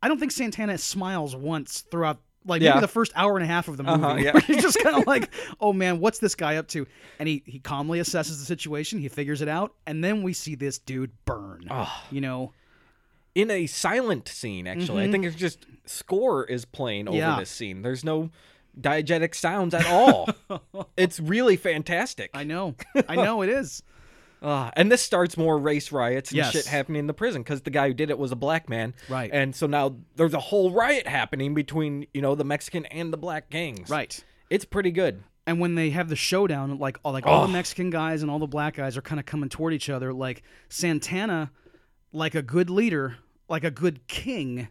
[SPEAKER 2] I don't think Santana smiles once throughout like
[SPEAKER 1] Yeah.
[SPEAKER 2] maybe the first hour and a half of the movie.
[SPEAKER 1] Uh-huh, yeah.
[SPEAKER 2] where You're just kind of like, oh man, what's this guy up to? And he he calmly assesses the situation, he figures it out, and then we see this dude burn.
[SPEAKER 1] Ugh.
[SPEAKER 2] You know,
[SPEAKER 1] in a silent scene actually i think it's just score is playing over
[SPEAKER 2] Mm-hmm. Yeah.
[SPEAKER 1] this scene there's no diegetic sounds at all it's really fantastic
[SPEAKER 2] I know, I know it is.
[SPEAKER 1] Ah, and this starts more race riots and
[SPEAKER 2] Yes.
[SPEAKER 1] shit happening in the prison because the guy who did it was a black man
[SPEAKER 2] Right.
[SPEAKER 1] and so now there's a whole riot happening between you know the mexican and the black gangs
[SPEAKER 2] Right.
[SPEAKER 1] it's pretty good
[SPEAKER 2] and when they have the showdown, like all like all the Mexican guys and all the black guys are kind of coming toward each other. Like Santana, like a good leader, like a good king,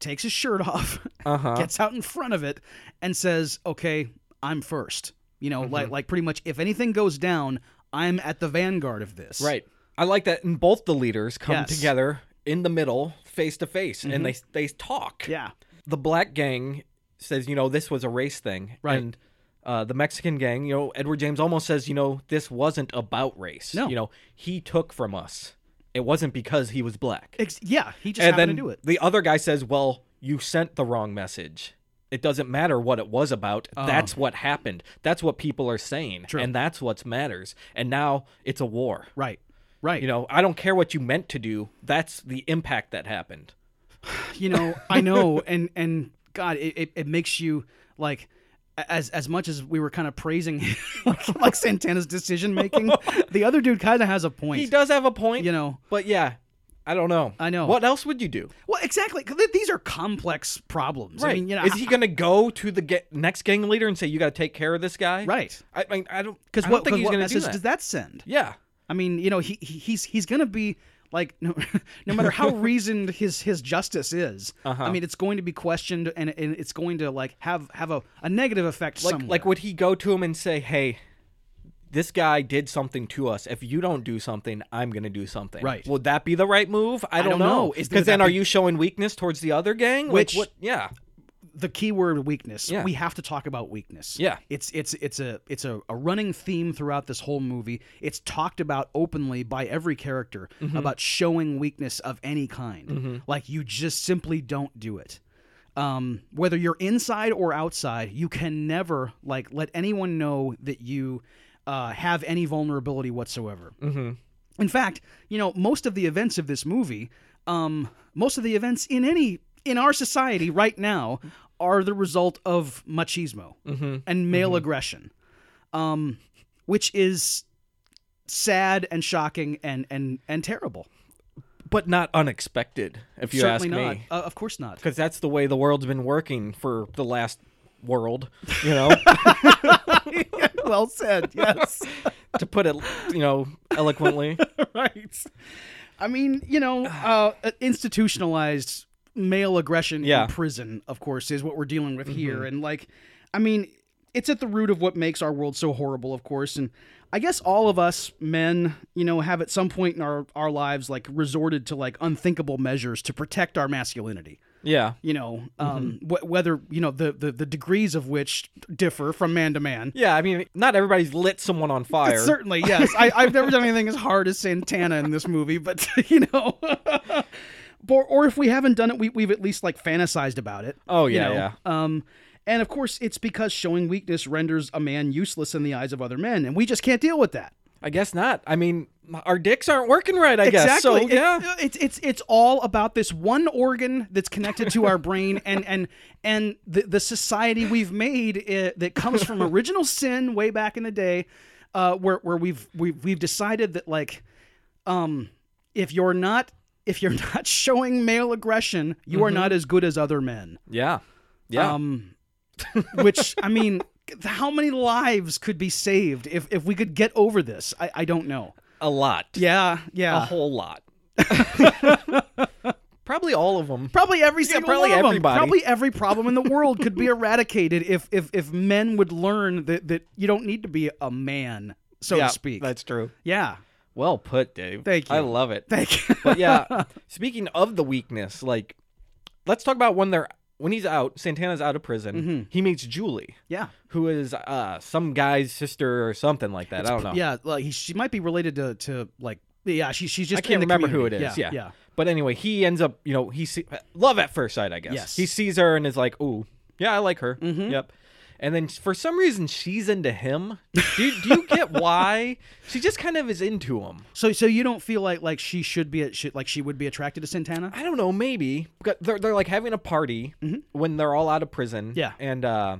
[SPEAKER 2] takes his shirt off,
[SPEAKER 1] uh-huh
[SPEAKER 2] gets out in front of it, and says, "Okay, I'm first. You know, like
[SPEAKER 1] Mm-hmm.
[SPEAKER 2] like pretty much if anything goes down, I'm at the vanguard of this.
[SPEAKER 1] Right. I like that. And both the leaders come
[SPEAKER 2] Yes. Mm-hmm.
[SPEAKER 1] together in the middle, face to face, and they they talk.
[SPEAKER 2] Yeah.
[SPEAKER 1] The black gang says, you know, this was a race thing.
[SPEAKER 2] Right.
[SPEAKER 1] And uh, the Mexican gang, you know, Edward James almost says, you know, this wasn't about race.
[SPEAKER 2] No.
[SPEAKER 1] You know, he took from us. It wasn't because he was black.
[SPEAKER 2] Ex- yeah. He just
[SPEAKER 1] and
[SPEAKER 2] happened
[SPEAKER 1] then
[SPEAKER 2] to do it.
[SPEAKER 1] the other guy says, well, you sent the wrong message. It doesn't matter what it was about. That's what happened. That's what people are saying.
[SPEAKER 2] Oh. True.
[SPEAKER 1] And that's what matters. And now it's a war.
[SPEAKER 2] Right. Right.
[SPEAKER 1] You know, I don't care what you meant to do. That's the impact that happened.
[SPEAKER 2] you know i know and and god it, it, it makes you like as as much as we were kind of praising like, like santana's decision making the other dude kind of has a
[SPEAKER 1] He
[SPEAKER 2] point
[SPEAKER 1] does have a point,
[SPEAKER 2] you know
[SPEAKER 1] but yeah, I don't know.
[SPEAKER 2] I know.
[SPEAKER 1] What else would you do?
[SPEAKER 2] well exactly 'cause th- these are complex problems i mean you know
[SPEAKER 1] Is he going to go to the ga- next gang leader and say, you got to take care of this guy?
[SPEAKER 2] right
[SPEAKER 1] I mean, I don't,
[SPEAKER 2] because
[SPEAKER 1] I
[SPEAKER 2] what,
[SPEAKER 1] don't think
[SPEAKER 2] 'cause
[SPEAKER 1] he's
[SPEAKER 2] what
[SPEAKER 1] going to do
[SPEAKER 2] message
[SPEAKER 1] that.
[SPEAKER 2] does that send
[SPEAKER 1] Yeah.
[SPEAKER 2] i mean you know he, he he's he's gonna be like no, no matter how reasoned his his justice is
[SPEAKER 1] Uh-huh.
[SPEAKER 2] i mean it's going to be questioned and, and it's going to like have have a, a negative effect
[SPEAKER 1] Like,
[SPEAKER 2] somewhere.
[SPEAKER 1] like, would he go to him and say, hey, this guy did something to us. If you don't do something, I'm going to do something.
[SPEAKER 2] Right.
[SPEAKER 1] Would that be the right move? I don't,
[SPEAKER 2] don't know. Is-
[SPEAKER 1] Because
[SPEAKER 2] would that
[SPEAKER 1] then are
[SPEAKER 2] be-
[SPEAKER 1] you showing weakness towards the other gang? Like,
[SPEAKER 2] Which-
[SPEAKER 1] what? Yeah.
[SPEAKER 2] the key word weakness.
[SPEAKER 1] Yeah.
[SPEAKER 2] We have to talk about weakness.
[SPEAKER 1] Yeah.
[SPEAKER 2] It's it's it's a it's a, a running theme throughout this whole movie. It's talked about openly by every character
[SPEAKER 1] Mm-hmm.
[SPEAKER 2] about showing weakness of any kind. Like you just simply don't do it. Um, whether you're inside or outside, you can never like let anyone know that you uh, have any vulnerability whatsoever. In fact, you know, most of the events of this movie, um, most of the events in any in our society right now are the result of machismo
[SPEAKER 1] Mm-hmm.
[SPEAKER 2] and male aggression, um, which is sad and shocking and and and terrible.
[SPEAKER 1] But not unexpected, if you
[SPEAKER 2] Certainly
[SPEAKER 1] ask
[SPEAKER 2] not.
[SPEAKER 1] me.
[SPEAKER 2] Uh, of course not.
[SPEAKER 1] because that's the way the world's been working for the last world you know
[SPEAKER 2] well said. Yes.
[SPEAKER 1] to put it you know eloquently
[SPEAKER 2] right. I mean, you know, uh, institutionalized male aggression
[SPEAKER 1] Yeah.
[SPEAKER 2] in prison, of course, is what we're dealing with here. And like, I mean, it's at the root of what makes our world so horrible, of course. And I guess all of us men, you know, have at some point in our, our lives like resorted to like unthinkable measures to protect our masculinity.
[SPEAKER 1] yeah
[SPEAKER 2] You know, um, wh- whether you know the, the the degrees of which differ from man to man.
[SPEAKER 1] yeah i mean not everybody's lit someone on fire
[SPEAKER 2] Certainly, yes. I, I've never done anything as hard as Santana in this movie, but you know, or, or if we haven't done it, we, we've at least like fantasized about it.
[SPEAKER 1] Oh,
[SPEAKER 2] you
[SPEAKER 1] yeah,
[SPEAKER 2] know?
[SPEAKER 1] yeah.
[SPEAKER 2] Um, and of course, it's because showing weakness renders a man useless in the eyes of other men, and we just can't deal with that.
[SPEAKER 1] i guess not i mean our dicks aren't working right i guess so
[SPEAKER 2] Exactly. It- uh,
[SPEAKER 1] yeah
[SPEAKER 2] it's it's it's all about this one organ that's connected to our brain, and and and the the society we've made uh that comes from original sin way back in the day, uh, where where we've we've we've decided that like, um, if you're not if you're not showing male aggression, you are not as good as other men.
[SPEAKER 1] yeah Mm-hmm. yeah
[SPEAKER 2] Um, which I mean. How many lives could be saved if, if we could get over this? I, I don't know.
[SPEAKER 1] a lot
[SPEAKER 2] Yeah, yeah.
[SPEAKER 1] a whole lot probably all of them
[SPEAKER 2] Probably every single
[SPEAKER 1] probably
[SPEAKER 2] one of 'em.
[SPEAKER 1] everybody.
[SPEAKER 2] Probably every problem in the world could be eradicated if if if men would learn that that you don't need to be a man, so
[SPEAKER 1] yeah
[SPEAKER 2] to speak.
[SPEAKER 1] that's true
[SPEAKER 2] yeah.
[SPEAKER 1] well put dave
[SPEAKER 2] Thank
[SPEAKER 1] i
[SPEAKER 2] you.
[SPEAKER 1] love it
[SPEAKER 2] Thank you.
[SPEAKER 1] but yeah, speaking of the weakness, like let's talk about when they're when he's out, Santana's out of prison. He meets Julie,
[SPEAKER 2] yeah.
[SPEAKER 1] who is uh some guy's sister or something like that. I don't know.
[SPEAKER 2] Yeah, like he, she might be related to to like yeah, she, she's just
[SPEAKER 1] I can't
[SPEAKER 2] in the
[SPEAKER 1] remember who it
[SPEAKER 2] community.
[SPEAKER 1] is. Yeah.
[SPEAKER 2] Yeah.
[SPEAKER 1] But anyway, he ends up, you know, he see, love at first sight, I guess.
[SPEAKER 2] Yes.
[SPEAKER 1] He sees her and is like, "Ooh, yeah, I like her."
[SPEAKER 2] Mhm.
[SPEAKER 1] Yep. And then for some reason, she's into him. Do you, do you get why? She just kind of is into him.
[SPEAKER 2] So so you don't feel like like she should be a, should, like she would be attracted to Santana?
[SPEAKER 1] I don't know, maybe. But They're, they're like having a party when they're all out of prison.
[SPEAKER 2] Mm-hmm. Yeah.
[SPEAKER 1] And uh,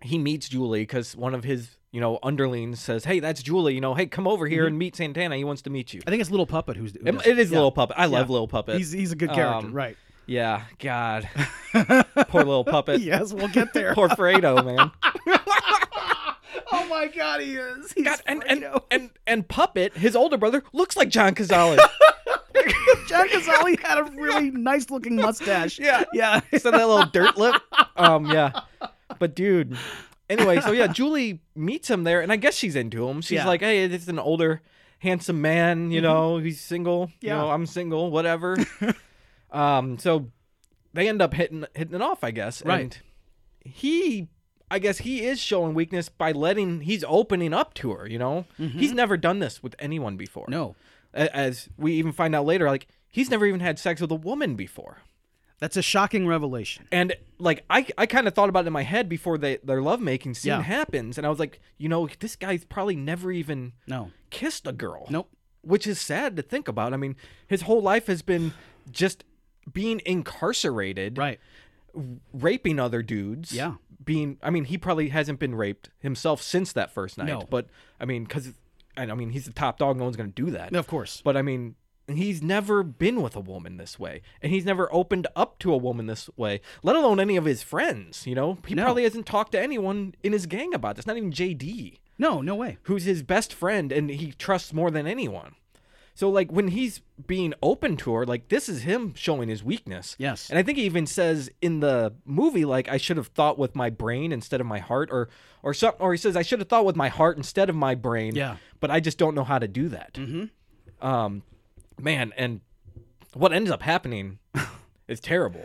[SPEAKER 1] he meets Julie because one of his, you know, underlings says, hey, that's Julie. You know, hey, come over here and meet Santana. He wants to meet you.
[SPEAKER 2] Mm-hmm. I think it's Little Puppet who's. who
[SPEAKER 1] It-
[SPEAKER 2] does
[SPEAKER 1] it is
[SPEAKER 2] Yeah.
[SPEAKER 1] Little Puppet. I love
[SPEAKER 2] Yeah.
[SPEAKER 1] Little Puppet.
[SPEAKER 2] He's he's a good character,
[SPEAKER 1] Um,
[SPEAKER 2] right?
[SPEAKER 1] Yeah. God. Poor Little Puppet.
[SPEAKER 2] Yes, we'll get there.
[SPEAKER 1] Poor Fredo, man.
[SPEAKER 2] oh my God, he is. He's
[SPEAKER 1] God, and, and, and, and Puppet, his older brother, looks like John Cazale.
[SPEAKER 2] Jack Casale had a really nice looking mustache.
[SPEAKER 1] Yeah.
[SPEAKER 2] yeah.
[SPEAKER 1] so that little dirt lip. Um, yeah. But dude, anyway, so yeah, Julie meets him there, and I guess she's into him. She's
[SPEAKER 2] Yeah. Mm-hmm.
[SPEAKER 1] like, hey, it's an older, handsome man. You know, he's single.
[SPEAKER 2] Yeah.
[SPEAKER 1] You know, I'm single. Whatever. um, so they end up hitting hitting it off, I guess.
[SPEAKER 2] Right.
[SPEAKER 1] And he. I guess he is showing weakness by letting he's opening up to her, you know? He's never done this with anyone before.
[SPEAKER 2] Mm-hmm. No,
[SPEAKER 1] A- As we even find out later like he's never even had sex with a woman before.
[SPEAKER 2] that's a shocking revelation.
[SPEAKER 1] And like I, I kind of thought about it in my head before they, their lovemaking scene
[SPEAKER 2] Yeah.
[SPEAKER 1] happens, and I was like, you know, this guy's probably never even
[SPEAKER 2] No,
[SPEAKER 1] kissed a girl.
[SPEAKER 2] nope.
[SPEAKER 1] Which is sad to think about. I mean, his whole life has been just being incarcerated,
[SPEAKER 2] Right.
[SPEAKER 1] raping other dudes.
[SPEAKER 2] Yeah.
[SPEAKER 1] Being, I mean, he probably hasn't been raped himself since that first night.
[SPEAKER 2] No.
[SPEAKER 1] But I mean, because, and I mean, he's the top dog. No one's gonna do that.
[SPEAKER 2] Of course.
[SPEAKER 1] But I mean, he's never been with a woman this way, and he's never opened up to a woman this way, let alone any of his friends. You know, he
[SPEAKER 2] No.
[SPEAKER 1] probably hasn't talked to anyone in his gang about this. Not even JD,
[SPEAKER 2] No, no way.
[SPEAKER 1] who's his best friend and he trusts more than anyone. So like when he's being open to her, like this is him showing his weakness.
[SPEAKER 2] Yes.
[SPEAKER 1] And I think he even says in the movie, like I should have thought with my brain instead of my heart, or or something, or he says I should have thought with my heart instead of my brain.
[SPEAKER 2] Yeah.
[SPEAKER 1] But I just don't know how to do that. Mm-hmm. Um, man, and what ends up happening is terrible.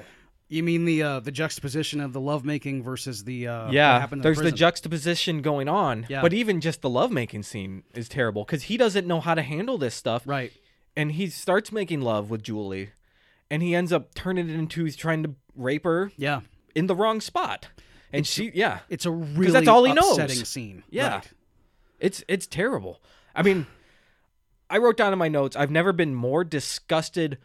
[SPEAKER 2] You mean the uh, the juxtaposition of the lovemaking versus the uh, what
[SPEAKER 1] yeah
[SPEAKER 2] happened in
[SPEAKER 1] there's the
[SPEAKER 2] prison?
[SPEAKER 1] juxtaposition going on
[SPEAKER 2] Yeah.
[SPEAKER 1] but even just the lovemaking scene is terrible because he doesn't know how to handle this stuff
[SPEAKER 2] right.
[SPEAKER 1] and he starts making love with julie and he ends up turning it into he's trying to rape her
[SPEAKER 2] Yeah,
[SPEAKER 1] in the wrong spot and she yeah
[SPEAKER 2] it's a really
[SPEAKER 1] that's all he knows.
[SPEAKER 2] upsetting scene.
[SPEAKER 1] Yeah.
[SPEAKER 2] Right.
[SPEAKER 1] it's it's terrible i mean i wrote down in my notes i've never been more disgusted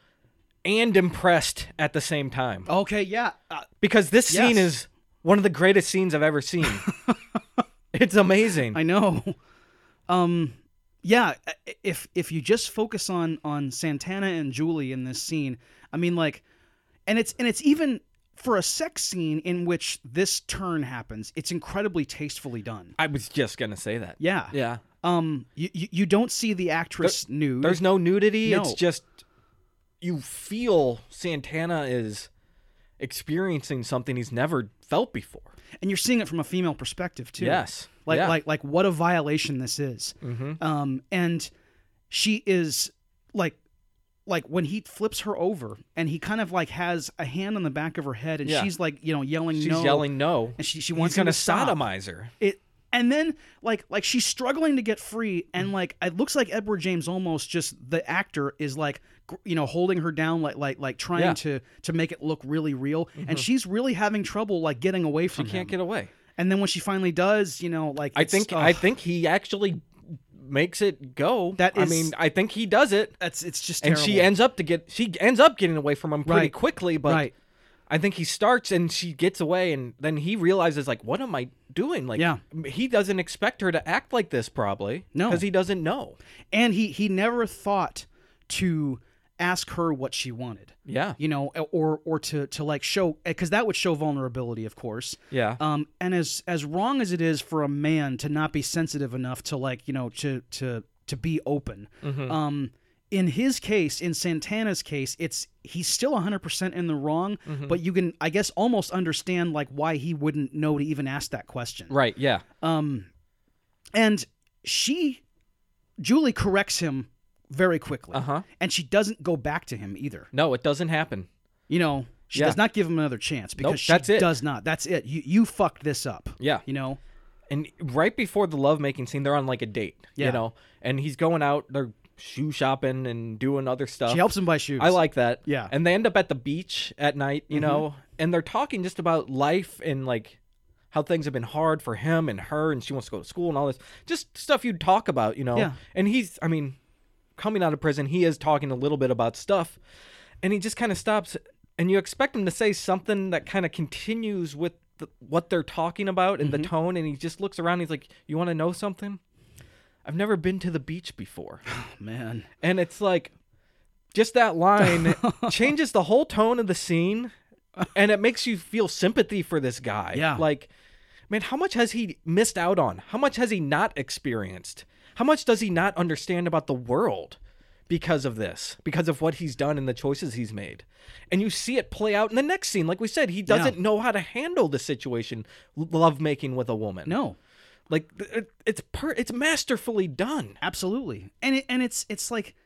[SPEAKER 1] and impressed at the same time
[SPEAKER 2] Okay. Yeah. Uh,
[SPEAKER 1] because this scene
[SPEAKER 2] Yes.
[SPEAKER 1] is one of the greatest scenes i've ever seen it's amazing
[SPEAKER 2] I know. Um, yeah. i- If if you just focus on on Santana and Julie in this scene, I mean, like, and it's and it's even for a sex scene in which this turn happens, it's incredibly tastefully done.
[SPEAKER 1] I was just gonna say that
[SPEAKER 2] Yeah.
[SPEAKER 1] yeah
[SPEAKER 2] Um, you you, you don't see the actress nude.
[SPEAKER 1] There's no nudity.
[SPEAKER 2] No.
[SPEAKER 1] It's just you feel Santana is experiencing something he's never felt before.
[SPEAKER 2] and you're seeing it from a female perspective too.
[SPEAKER 1] Yes.
[SPEAKER 2] like
[SPEAKER 1] Yeah. Mm-hmm.
[SPEAKER 2] like like what a violation this is. Um, and she is like like when he flips her over and he kind of like has a hand on the back of her head and
[SPEAKER 1] Yeah.
[SPEAKER 2] she's like you know yelling
[SPEAKER 1] She's
[SPEAKER 2] no
[SPEAKER 1] yelling no.
[SPEAKER 2] and she she
[SPEAKER 1] He's
[SPEAKER 2] wants him
[SPEAKER 1] gonna
[SPEAKER 2] to stop.
[SPEAKER 1] sodomize her.
[SPEAKER 2] it and then like like she's struggling to get free and like it looks like edward james almost just the actor is like gr- you know holding her down like like like trying
[SPEAKER 1] Yeah. Mm-hmm.
[SPEAKER 2] to to make it look really real and she's really having trouble like getting away from
[SPEAKER 1] She can't
[SPEAKER 2] him.
[SPEAKER 1] get away.
[SPEAKER 2] and then when she finally does you know like
[SPEAKER 1] I
[SPEAKER 2] it's- oh,
[SPEAKER 1] think
[SPEAKER 2] ugh,
[SPEAKER 1] I think he actually makes it go.
[SPEAKER 2] That
[SPEAKER 1] I
[SPEAKER 2] is-
[SPEAKER 1] mean, I think he does it.
[SPEAKER 2] that's it's just
[SPEAKER 1] And
[SPEAKER 2] terrible.
[SPEAKER 1] she ends up to get she ends up getting away from him pretty
[SPEAKER 2] Right.
[SPEAKER 1] quickly, but
[SPEAKER 2] right
[SPEAKER 1] I think he starts and she gets away, and then he realizes like, what am I doing? Like,
[SPEAKER 2] Yeah.
[SPEAKER 1] he doesn't expect her to act like this probably,
[SPEAKER 2] No.
[SPEAKER 1] because he doesn't know.
[SPEAKER 2] and he he never thought to ask her what she wanted
[SPEAKER 1] Yeah,
[SPEAKER 2] you know or or to to like show because that would show vulnerability of course
[SPEAKER 1] yeah.
[SPEAKER 2] um and as as wrong as it is for a man to not be sensitive enough to like you know to to to be open
[SPEAKER 1] Mm-hmm.
[SPEAKER 2] um in his case in santana's case it's he's still 100% in the wrong
[SPEAKER 1] Mm-hmm.
[SPEAKER 2] but you can i guess almost understand like why he wouldn't know to even ask that question
[SPEAKER 1] Right. Yeah.
[SPEAKER 2] um and she julie corrects him very quickly
[SPEAKER 1] Uh huh.
[SPEAKER 2] and she doesn't go back to him either
[SPEAKER 1] No, it doesn't happen.
[SPEAKER 2] you know she
[SPEAKER 1] Yeah.
[SPEAKER 2] does not give him another chance because she
[SPEAKER 1] that's it.
[SPEAKER 2] does not that's it you you fucked this up
[SPEAKER 1] Yeah.
[SPEAKER 2] you know
[SPEAKER 1] And right before the lovemaking scene, they're on like a date.
[SPEAKER 2] Yeah.
[SPEAKER 1] You know, and he's going out. They're shoe shopping and doing other stuff.
[SPEAKER 2] She helps him buy shoes.
[SPEAKER 1] Uh, I like that.
[SPEAKER 2] Yeah. Mm-hmm.
[SPEAKER 1] And they end up at the beach at night, you know, and they're talking just about life and like how things have been hard for him and her and she wants to go to school and all this. Just stuff you'd talk about, you know.
[SPEAKER 2] Yeah.
[SPEAKER 1] And he's I mean, coming out of prison, he is talking a little bit about stuff and he just kind of stops and you expect him to say something that kind of continues with the, what they're talking about and
[SPEAKER 2] Mm-hmm.
[SPEAKER 1] the tone and he just looks around and he's like, "You want to know something? I've never been to the beach before."
[SPEAKER 2] Oh, man.
[SPEAKER 1] and it's like just that line changes the whole tone of the scene and it makes you feel sympathy for this guy
[SPEAKER 2] Yeah.
[SPEAKER 1] like man how much has he missed out on how much has he not experienced how much does he not understand about the world because of this because of what he's done and the choices he's made and you see it play out in the next scene like we said he doesn't know how to handle the situation l- love making with a woman
[SPEAKER 2] No.
[SPEAKER 1] like th- it, it's per- it's masterfully done
[SPEAKER 2] Absolutely. And it, and it's it's like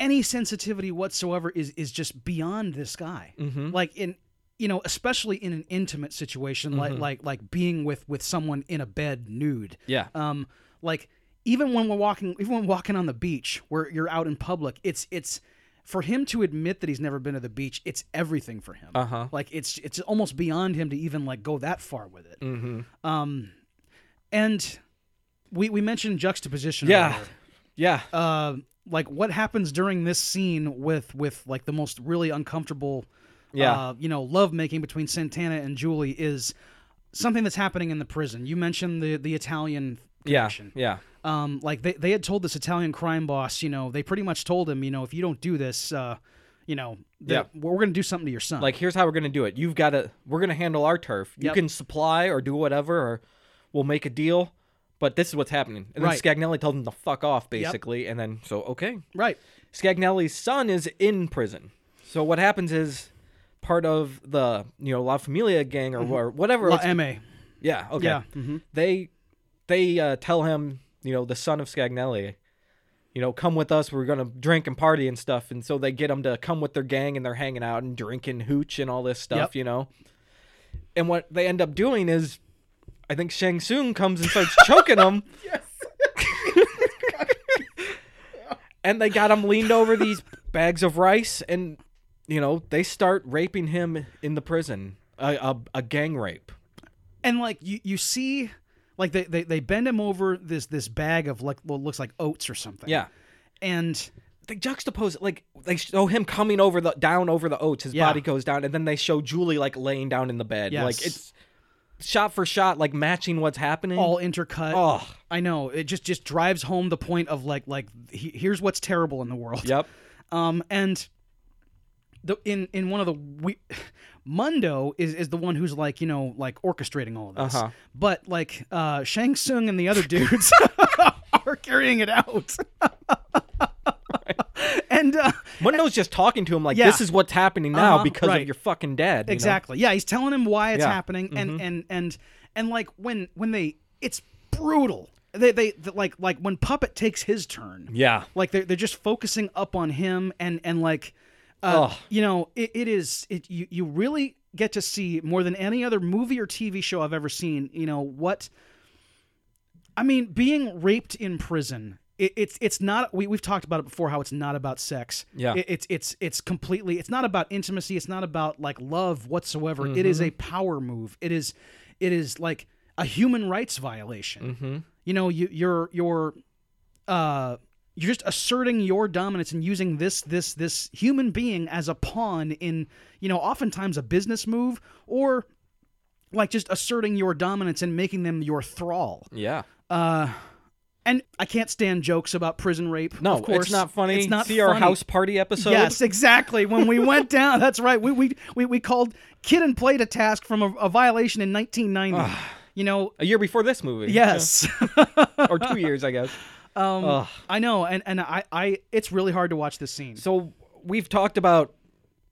[SPEAKER 2] any sensitivity whatsoever is is just beyond this guy.
[SPEAKER 1] Mm-hmm.
[SPEAKER 2] Like in you know, especially in an intimate situation
[SPEAKER 1] Mm-hmm.
[SPEAKER 2] like like like being with with someone in a bed nude.
[SPEAKER 1] yeah
[SPEAKER 2] Um like even when we're walking even when walking on the beach where you're out in public, it's it's for him to admit that he's never been to the beach, it's everything for him.
[SPEAKER 1] Uh-huh.
[SPEAKER 2] Like it's it's almost beyond him to even like go that far with it.
[SPEAKER 1] Mm-hmm.
[SPEAKER 2] Um and we we mentioned juxtaposition
[SPEAKER 1] Yeah.
[SPEAKER 2] earlier
[SPEAKER 1] yeah
[SPEAKER 2] uh, like what happens during this scene with with like the most really uncomfortable
[SPEAKER 1] Yeah.
[SPEAKER 2] uh, you know love making between Santana and Julie is something that's happening in the prison. You mentioned the the Italian
[SPEAKER 1] yeah
[SPEAKER 2] connection.
[SPEAKER 1] yeah
[SPEAKER 2] Um, like they, they had told this Italian crime boss, you know, they pretty much told him, you know, if you don't do this, uh, you know, that we're going to do something to your son.
[SPEAKER 1] like here's how we're gonna do it you've got to we're gonna handle our turf you
[SPEAKER 2] Yep.
[SPEAKER 1] can supply or do whatever or we'll make a deal but this is what's happening and
[SPEAKER 2] Right.
[SPEAKER 1] then Scagnelli tells him to fuck off basically and then so okay
[SPEAKER 2] right.
[SPEAKER 1] Scagnelli's son is in prison so what happens is part of the you know La Familia gang or,
[SPEAKER 2] Mm-hmm.
[SPEAKER 1] or whatever
[SPEAKER 2] La
[SPEAKER 1] it's-
[SPEAKER 2] M.A.
[SPEAKER 1] yeah. Okay.
[SPEAKER 2] Yeah, mm-hmm.
[SPEAKER 1] They they uh, tell him, you know, the son of Scagnelli, you know, come with us. We're gonna drink and party and stuff. And so they get him to come with their gang, and they're hanging out and drinking hooch and all this stuff,
[SPEAKER 2] Yep.
[SPEAKER 1] you know. And what they end up doing is, I think Shang Tsung comes and starts choking him. Yes. and they got him leaned over these bags of rice, and you know they start raping him in the prison. A, a, a gang rape.
[SPEAKER 2] and like you you see like they, they they bend him over this this bag of like what looks like oats or something
[SPEAKER 1] Yeah.
[SPEAKER 2] and
[SPEAKER 1] they juxtapose it like they show him coming over the down over the oats his
[SPEAKER 2] Yeah.
[SPEAKER 1] body goes down and then they show julie like laying down in the bed like
[SPEAKER 2] Yes.
[SPEAKER 1] it's shot for shot like matching what's happening
[SPEAKER 2] all intercut
[SPEAKER 1] oh
[SPEAKER 2] i know it just just drives home the point of like like he, here's what's terrible in the world
[SPEAKER 1] yep
[SPEAKER 2] um and the in in one of the we mundo is is the one who's like you know like orchestrating all of this
[SPEAKER 1] Uh-huh.
[SPEAKER 2] but like uh shang tsung and the other dudes are carrying it out and uh
[SPEAKER 1] mundo's just talking to him like
[SPEAKER 2] Yeah.
[SPEAKER 1] this is what's happening now
[SPEAKER 2] Uh-huh,
[SPEAKER 1] because
[SPEAKER 2] right.
[SPEAKER 1] of your fucking dad you know?
[SPEAKER 2] Exactly. Yeah, he's telling him why it's
[SPEAKER 1] Yeah. Mm-hmm.
[SPEAKER 2] happening, and and and and like when when they, it's brutal. They they the, like like when Puppet takes his turn.
[SPEAKER 1] yeah
[SPEAKER 2] Like they're they're just focusing up on him, and and like, uh,
[SPEAKER 1] Ugh.
[SPEAKER 2] you know, it, it is it you you really get to see more than any other movie or TV show I've ever seen. You know what? I mean, being raped in prison. It, it's it's not we we've talked about it before how it's not about sex.
[SPEAKER 1] Yeah.
[SPEAKER 2] It, it's it's it's completely it's not about intimacy. It's not about like love whatsoever. It is a power move. It is it is like a human rights violation. You know you you're you're uh you're just asserting your dominance and using this this this human being as a pawn in you know oftentimes a business move or like just asserting your dominance and making them your thrall.
[SPEAKER 1] yeah
[SPEAKER 2] Uh, and I can't stand jokes about prison rape.
[SPEAKER 1] no
[SPEAKER 2] of course.
[SPEAKER 1] it's not funny
[SPEAKER 2] It's not
[SPEAKER 1] see our
[SPEAKER 2] funny.
[SPEAKER 1] house party episode
[SPEAKER 2] Yes, exactly. When we went down, that's right. We we we, we called kid and played a task from a, a violation in 1990. you know.
[SPEAKER 1] a year before this movie
[SPEAKER 2] Yes,
[SPEAKER 1] or two years i guess
[SPEAKER 2] um,
[SPEAKER 1] Ugh.
[SPEAKER 2] I know, and and I I it's really hard to watch this scene.
[SPEAKER 1] so we've talked about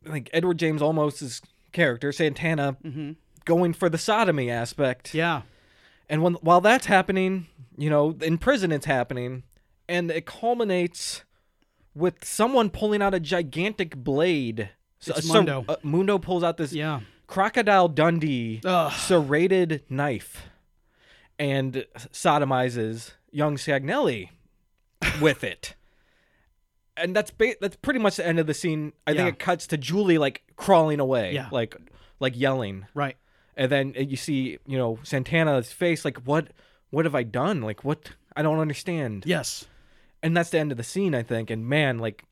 [SPEAKER 1] like Edward James Olmos's character Santana going for the sodomy aspect,
[SPEAKER 2] Mm-hmm. yeah,
[SPEAKER 1] and when while that's happening, you know, in prison it's happening, and it culminates with someone pulling out a gigantic blade. So,
[SPEAKER 2] It's
[SPEAKER 1] so-
[SPEAKER 2] Mundo.
[SPEAKER 1] uh, Mundo pulls out this
[SPEAKER 2] yeah,
[SPEAKER 1] crocodile Dundee
[SPEAKER 2] Ugh.
[SPEAKER 1] serrated knife and sodomizes young Sagnelli with it. and that's ba- that's pretty much the end of the scene. I
[SPEAKER 2] Yeah.
[SPEAKER 1] think it cuts to Julie like crawling away,
[SPEAKER 2] Yeah.
[SPEAKER 1] like like yelling,
[SPEAKER 2] Right.
[SPEAKER 1] and then uh, you see you know Santana's face like what what have I done? Like what I don't understand.
[SPEAKER 2] Yes.
[SPEAKER 1] and that's the end of the scene I think. And man, like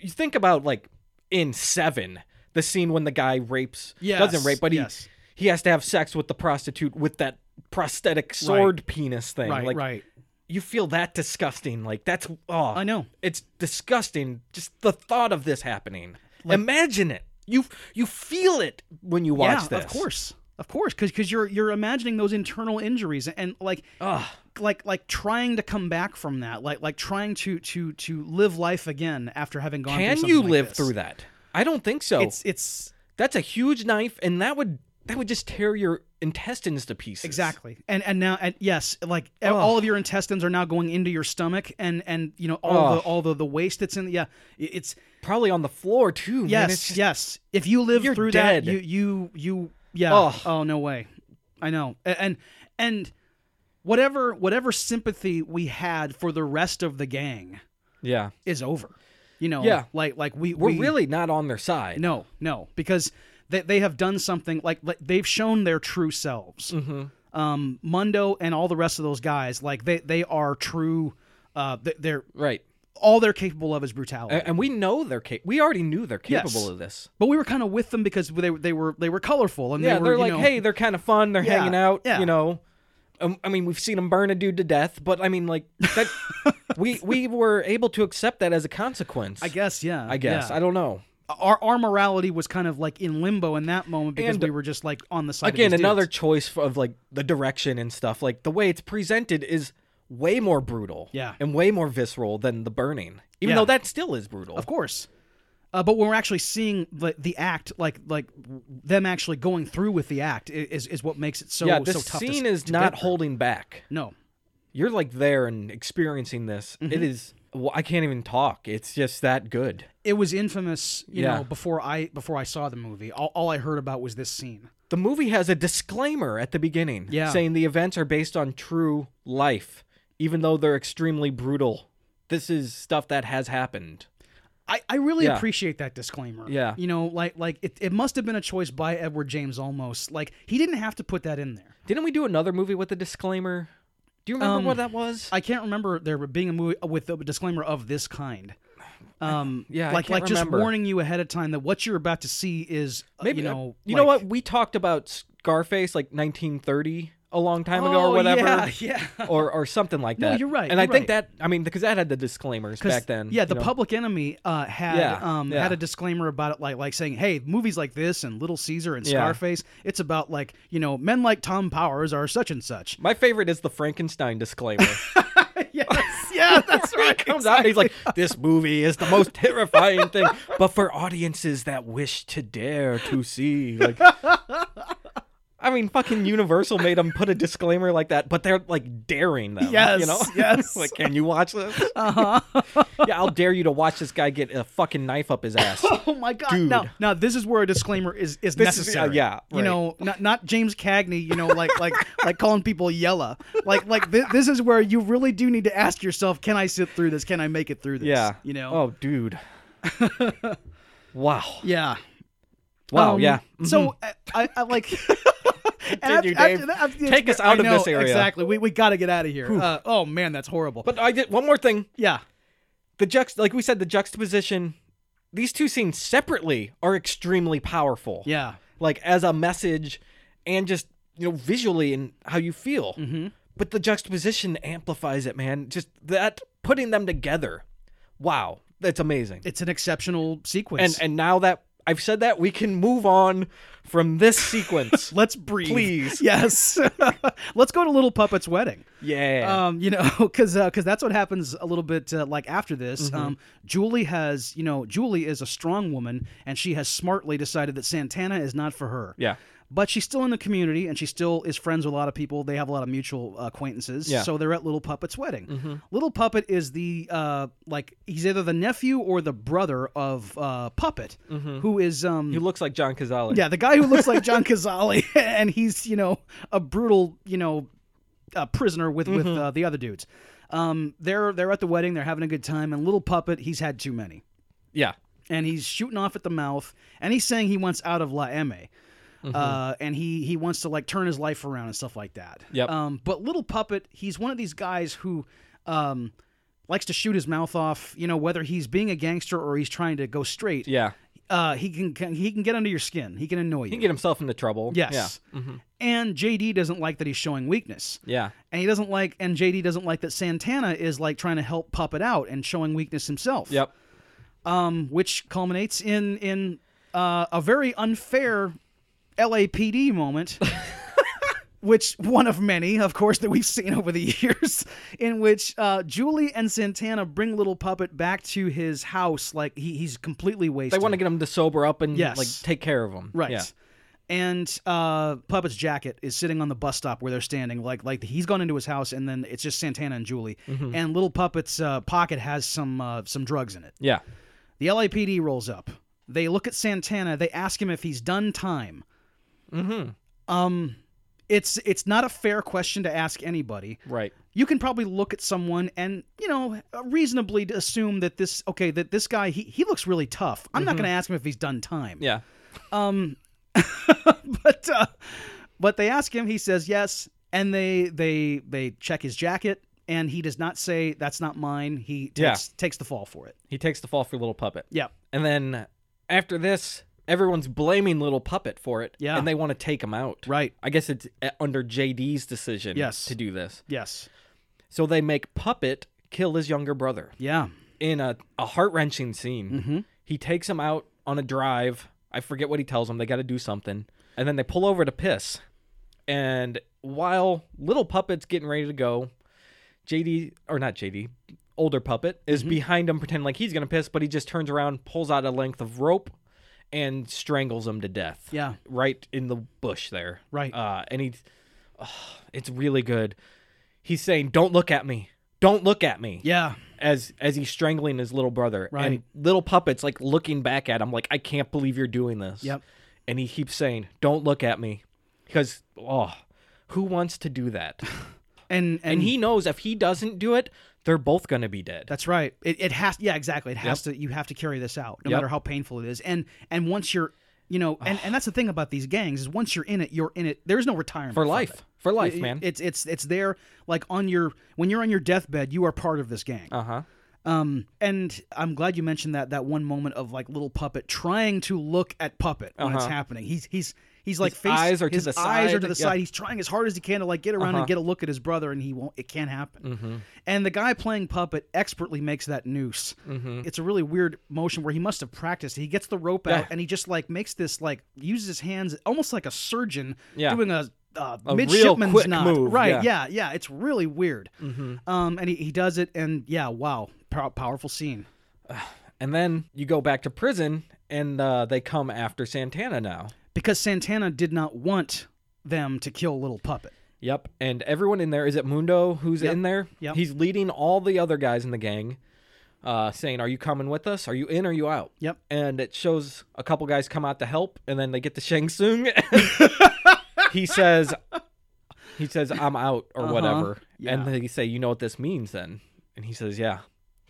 [SPEAKER 1] you think about like in Seven, the scene when the guy rapes
[SPEAKER 2] Yes,
[SPEAKER 1] doesn't rape, but he
[SPEAKER 2] yes.
[SPEAKER 1] he has to have sex with the prostitute with that prosthetic sword penis thing.
[SPEAKER 2] Right.
[SPEAKER 1] like
[SPEAKER 2] right.
[SPEAKER 1] you feel that disgusting. Like that's oh
[SPEAKER 2] I know.
[SPEAKER 1] it's disgusting just the thought of this happening imagine it you you feel it when you watch
[SPEAKER 2] yeah,
[SPEAKER 1] this
[SPEAKER 2] of course, of course, because you're you're imagining those internal injuries and like
[SPEAKER 1] Ugh.
[SPEAKER 2] like like trying to come back from that, like like trying to to to live life again after having gone.
[SPEAKER 1] can
[SPEAKER 2] through
[SPEAKER 1] you
[SPEAKER 2] something like
[SPEAKER 1] live
[SPEAKER 2] this.
[SPEAKER 1] through that i don't think so
[SPEAKER 2] It's it's
[SPEAKER 1] that's a huge knife and that would that would just tear your intestines to pieces
[SPEAKER 2] exactly and and now and yes, like e, all of your intestines are now going into your stomach and and you know all the
[SPEAKER 1] Ugh.
[SPEAKER 2] all the the waste that's in the, yeah it- it's
[SPEAKER 1] probably on the floor too man.
[SPEAKER 2] yes
[SPEAKER 1] It's just-
[SPEAKER 2] yes if you live
[SPEAKER 1] You're
[SPEAKER 2] through
[SPEAKER 1] dead.
[SPEAKER 2] that you you you yeah
[SPEAKER 1] Ugh.
[SPEAKER 2] oh no way I know A- and and whatever whatever sympathy we had for the rest of the gang
[SPEAKER 1] yeah
[SPEAKER 2] is over. You know,
[SPEAKER 1] Yeah.
[SPEAKER 2] like like we
[SPEAKER 1] we're
[SPEAKER 2] we,
[SPEAKER 1] really not on their side
[SPEAKER 2] no no because they they have done something like, like they've shown their true selves.
[SPEAKER 1] Mm-hmm.
[SPEAKER 2] Um, Mundo and all the rest of those guys like they they are true. Uh, they- they're
[SPEAKER 1] right
[SPEAKER 2] all they're capable of is brutality.
[SPEAKER 1] A- and we know they're cap- we already knew they're
[SPEAKER 2] Yes.
[SPEAKER 1] capable of this
[SPEAKER 2] but we were kind of with them because they were- they were they were colorful and
[SPEAKER 1] yeah
[SPEAKER 2] they were
[SPEAKER 1] they're
[SPEAKER 2] you
[SPEAKER 1] like
[SPEAKER 2] know,
[SPEAKER 1] hey they're kind of fun they're
[SPEAKER 2] Yeah,
[SPEAKER 1] hanging out
[SPEAKER 2] yeah.
[SPEAKER 1] you know um, i mean we've seen them burn a dude to death but i mean like that we we were able to accept that as a consequence
[SPEAKER 2] I guess yeah
[SPEAKER 1] i guess
[SPEAKER 2] yeah.
[SPEAKER 1] i don't know
[SPEAKER 2] our our morality was kind of like in limbo in that moment because
[SPEAKER 1] And-
[SPEAKER 2] we were just like on the side
[SPEAKER 1] again
[SPEAKER 2] of these
[SPEAKER 1] another
[SPEAKER 2] dudes.
[SPEAKER 1] choice of like the direction and stuff like the way it's presented is way more brutal
[SPEAKER 2] Yeah.
[SPEAKER 1] and way more visceral than the burning even
[SPEAKER 2] Yeah.
[SPEAKER 1] though that still is brutal
[SPEAKER 2] Of course. Uh, but when we're actually seeing the, the act, like like them actually going through with the act, i- is is what makes it so
[SPEAKER 1] yeah this
[SPEAKER 2] so tough. to s-
[SPEAKER 1] scene
[SPEAKER 2] to,
[SPEAKER 1] is
[SPEAKER 2] get
[SPEAKER 1] not
[SPEAKER 2] through.
[SPEAKER 1] holding back
[SPEAKER 2] No,
[SPEAKER 1] you're like there and experiencing this
[SPEAKER 2] Mm-hmm.
[SPEAKER 1] It is well, i can't even talk it's just that good
[SPEAKER 2] it was infamous. You
[SPEAKER 1] Yeah.
[SPEAKER 2] know, before I before I saw the movie, all, all I heard about was this scene.
[SPEAKER 1] The movie has a disclaimer at the beginning
[SPEAKER 2] Yeah.
[SPEAKER 1] saying the events are based on true life, even though they're extremely brutal. This is stuff that has happened.
[SPEAKER 2] I, I really
[SPEAKER 1] Yeah.
[SPEAKER 2] appreciate that disclaimer.
[SPEAKER 1] Yeah.
[SPEAKER 2] you know, like like it, it must have been a choice by Edward James almost. Like he didn't have to put that in there.
[SPEAKER 1] Didn't we do another movie with a disclaimer? Do you remember what that was?
[SPEAKER 2] Um, I can't remember there being a movie uh, with a disclaimer of this kind. Um,
[SPEAKER 1] Yeah, I
[SPEAKER 2] like
[SPEAKER 1] can't
[SPEAKER 2] like just
[SPEAKER 1] remember.
[SPEAKER 2] warning you ahead of time that what you're about to see is uh, you
[SPEAKER 1] uh,
[SPEAKER 2] know
[SPEAKER 1] you
[SPEAKER 2] like-
[SPEAKER 1] know what? We talked about Scarface like 1930 a long time ago
[SPEAKER 2] Oh,
[SPEAKER 1] or whatever.
[SPEAKER 2] Yeah, yeah.
[SPEAKER 1] Or, or something like that.
[SPEAKER 2] you're right,
[SPEAKER 1] And I
[SPEAKER 2] you're
[SPEAKER 1] think
[SPEAKER 2] right.
[SPEAKER 1] that, I mean, because that had the disclaimers
[SPEAKER 2] 'Cause,
[SPEAKER 1] back then.
[SPEAKER 2] yeah,
[SPEAKER 1] you
[SPEAKER 2] the
[SPEAKER 1] know?
[SPEAKER 2] Public Enemy uh, had
[SPEAKER 1] Yeah,
[SPEAKER 2] um,
[SPEAKER 1] yeah.
[SPEAKER 2] had a disclaimer about it, like like saying, "Hey, movies like this and Little Caesar and
[SPEAKER 1] Yeah.
[SPEAKER 2] Scarface, it's about like you know men like Tom Powers are such and such."
[SPEAKER 1] My favorite is the Frankenstein disclaimer.
[SPEAKER 2] yes, yeah, that's
[SPEAKER 1] He comes out and he's like, "This movie is the most terrifying thing, but for audiences that wish to dare to see." Like, I mean, fucking Universal made them put a disclaimer like that, but they're like daring them.
[SPEAKER 2] Yes,
[SPEAKER 1] you know,
[SPEAKER 2] yes. Uh-huh.
[SPEAKER 1] like, can you watch this? yeah, I'll dare you to watch this guy get a fucking knife up his ass.
[SPEAKER 2] Oh my god!
[SPEAKER 1] Dude.
[SPEAKER 2] Now, now this is where a disclaimer is is
[SPEAKER 1] This is-
[SPEAKER 2] necessary.
[SPEAKER 1] uh, yeah,
[SPEAKER 2] you
[SPEAKER 1] right.
[SPEAKER 2] know, not not James Cagney. You know, like like like calling people yella. Like like thi- this is where you really do need to ask yourself, can I sit through this? Can I make it through this?
[SPEAKER 1] yeah,
[SPEAKER 2] you know.
[SPEAKER 1] Oh, dude. wow.
[SPEAKER 2] yeah.
[SPEAKER 1] Wow.
[SPEAKER 2] Um,
[SPEAKER 1] yeah. Mm-hmm.
[SPEAKER 2] So I, I, I like. and
[SPEAKER 1] Continue, Dave. Take us
[SPEAKER 2] I
[SPEAKER 1] out of
[SPEAKER 2] know,
[SPEAKER 1] this area.
[SPEAKER 2] Exactly. We we got to get out of here. Uh, oh man, that's horrible.
[SPEAKER 1] But I did one more thing.
[SPEAKER 2] yeah,
[SPEAKER 1] the juxt like we said the juxtaposition these two scenes separately are extremely powerful
[SPEAKER 2] yeah,
[SPEAKER 1] like as a message and just you know visually and how you feel mm-hmm. but the juxtaposition amplifies it man just that putting them together wow that's amazing
[SPEAKER 2] it's an exceptional sequence.
[SPEAKER 1] and and now that i've said that we can move on from this sequence
[SPEAKER 2] Let's breathe.
[SPEAKER 1] Please.
[SPEAKER 2] Yes. Let's go to Little Puppet's wedding.
[SPEAKER 1] yeah
[SPEAKER 2] Um, you know, because because that's what happens a little bit uh, like after
[SPEAKER 1] Mm-hmm.
[SPEAKER 2] this. Um, Julie has, you know, Julie is a strong woman, and she has smartly decided that Santana is not for her.
[SPEAKER 1] Yeah.
[SPEAKER 2] But she's still in the community, and she still is friends with a lot of people. They have a lot of mutual acquaintances.
[SPEAKER 1] Yeah. Mm-hmm.
[SPEAKER 2] So they're at Little Puppet's wedding. Little Puppet is the uh, like he's either the nephew or the brother of uh, Puppet,
[SPEAKER 1] Mm-hmm.
[SPEAKER 2] who is um
[SPEAKER 1] he looks like john cazale
[SPEAKER 2] yeah, the guy who looks like John Cazale,
[SPEAKER 1] Mm-hmm.
[SPEAKER 2] and he's you know a brutal you know uh, prisoner with with uh, the other dudes. Um, they're they're at the wedding, they're having a good time, and little puppet, he's had too many,
[SPEAKER 1] Yeah.
[SPEAKER 2] and he's shooting off at the mouth, and he's saying he wants out of La M.
[SPEAKER 1] Mm-hmm.
[SPEAKER 2] Uh, and he he wants to like turn his life around and stuff like that.
[SPEAKER 1] Yep.
[SPEAKER 2] Um, but little puppet, he's one of these guys who, um, likes to shoot his mouth off. You know whether he's being a gangster or he's trying to go straight.
[SPEAKER 1] Yeah.
[SPEAKER 2] Uh, he can, can he can get under your skin. He can annoy
[SPEAKER 1] He
[SPEAKER 2] you.
[SPEAKER 1] can get himself into trouble.
[SPEAKER 2] Yes. And JD doesn't like that he's showing weakness.
[SPEAKER 1] Mm-hmm. Yeah.
[SPEAKER 2] And he doesn't like and JD doesn't like that Santana is like trying to help Puppet out and showing weakness himself.
[SPEAKER 1] Yeah. Yep.
[SPEAKER 2] Um, which culminates in in uh, a very unfair LAPD moment. Which one of many, of course, that we've seen over the years, in which uh, Julie and Santana bring little puppet back to his house, like he, he's completely
[SPEAKER 1] They
[SPEAKER 2] wasted.
[SPEAKER 1] want to get him to sober up and
[SPEAKER 2] Yes.
[SPEAKER 1] like take care of him.
[SPEAKER 2] Right.
[SPEAKER 1] Yeah.
[SPEAKER 2] And uh, Puppet's jacket is sitting on the bus stop where they're standing. Like, like he's gone into his house, and then it's just Santana and Julie. And little Puppet's uh, pocket has some uh, some drugs in it.
[SPEAKER 1] Yeah.
[SPEAKER 2] The LAPD rolls up. They look at Santana. They ask him if he's done time.
[SPEAKER 1] Mhm.
[SPEAKER 2] Um, it's it's not a fair question to ask anybody.
[SPEAKER 1] Right.
[SPEAKER 2] You can probably look at someone and you know reasonably assume that this okay that this guy he he looks really tough. I'm not going to ask him if he's done time.
[SPEAKER 1] Yeah.
[SPEAKER 2] but uh, but they ask him he says yes and they they they check his jacket and he does not say that's not mine he
[SPEAKER 1] Yeah.
[SPEAKER 2] takes takes the fall for it
[SPEAKER 1] He takes the fall for little puppet.
[SPEAKER 2] yeah
[SPEAKER 1] And then after this, everyone's blaming little puppet for it.
[SPEAKER 2] Yeah.
[SPEAKER 1] And they want to take him out.
[SPEAKER 2] right
[SPEAKER 1] I guess it's uh, under JD's decision
[SPEAKER 2] Yes.
[SPEAKER 1] to do this.
[SPEAKER 2] yes
[SPEAKER 1] So they make Puppet kill his younger brother
[SPEAKER 2] yeah
[SPEAKER 1] in a, a heart wrenching scene.
[SPEAKER 2] Mm-hmm.
[SPEAKER 1] He takes him out on a drive. I forget what he tells him. They got to do something. And then they pull over to piss. And while little Puppet's getting ready to go, JD, or not JD, older Puppet is
[SPEAKER 2] Mm-hmm.
[SPEAKER 1] behind him, pretending like he's going to piss, but he just turns around, pulls out a length of rope, and strangles him to death
[SPEAKER 2] yeah
[SPEAKER 1] right in the bush there.
[SPEAKER 2] Right.
[SPEAKER 1] Uh, and he, ugh, it's really good. He's saying, "Don't look at me. Don't look at me."
[SPEAKER 2] yeah
[SPEAKER 1] As as he's strangling his little brother,
[SPEAKER 2] Right.
[SPEAKER 1] and little puppets like looking back at him, like I can't believe you're doing this.
[SPEAKER 2] Yep.
[SPEAKER 1] And he keeps saying, "Don't look at me," because oh, who wants to do that?
[SPEAKER 2] and and,
[SPEAKER 1] and he knows if he doesn't do it, they're both gonna be dead.
[SPEAKER 2] that's right it, it has yeah exactly it has to you have to carry this out no
[SPEAKER 1] Yep.
[SPEAKER 2] matter how painful it is and and once you're you know and, and that's the thing about these gangs is once you're in it you're in it there's no retirement
[SPEAKER 1] for
[SPEAKER 2] from
[SPEAKER 1] life,
[SPEAKER 2] it.
[SPEAKER 1] for life,
[SPEAKER 2] It-
[SPEAKER 1] man.
[SPEAKER 2] it's it's it's there like on your when you're on your deathbed you are part of this gang
[SPEAKER 1] Uh huh.
[SPEAKER 2] Um, and I'm glad you mentioned that that one moment of like little puppet trying to look at puppet when it's
[SPEAKER 1] Uh-huh.
[SPEAKER 2] happening. He's he's he's like
[SPEAKER 1] His
[SPEAKER 2] face,
[SPEAKER 1] eyes are to
[SPEAKER 2] his
[SPEAKER 1] the
[SPEAKER 2] eyes
[SPEAKER 1] side,
[SPEAKER 2] are to the
[SPEAKER 1] yeah.
[SPEAKER 2] side. He's trying as hard as he can to like get around
[SPEAKER 1] Uh-huh. Mm-hmm.
[SPEAKER 2] and get a look at his brother, and he won't. It can't happen. And the guy playing puppet expertly makes that noose. It's a really weird motion where he must have practiced. He gets the rope out
[SPEAKER 1] Mm-hmm. Yeah.
[SPEAKER 2] and he just like makes this like uses his hands almost like a surgeon
[SPEAKER 1] Yeah.
[SPEAKER 2] doing a. Uh,
[SPEAKER 1] real
[SPEAKER 2] midshipman's
[SPEAKER 1] quick
[SPEAKER 2] knot.
[SPEAKER 1] move,
[SPEAKER 2] right?
[SPEAKER 1] yeah. Mm-hmm.
[SPEAKER 2] yeah, yeah. It's really weird. Um, and he, he does it, and yeah, wow, pow- powerful scene.
[SPEAKER 1] And then you go back to prison, and uh, they come after Santana now.
[SPEAKER 2] Because Santana did not want them to kill Little Puppet.
[SPEAKER 1] Yep. And everyone in there is it Mundo who's in there?
[SPEAKER 2] Yep.
[SPEAKER 1] He's leading all the other guys in the gang, uh, saying, Are you coming with us? Are you in? Are you out?
[SPEAKER 2] Yep.
[SPEAKER 1] And it shows a couple guys come out to help, and then they get to Shang Tsung. he says, He says, I'm out or whatever.
[SPEAKER 2] Yeah.
[SPEAKER 1] And they say, You know what this means then? And he says, Yeah.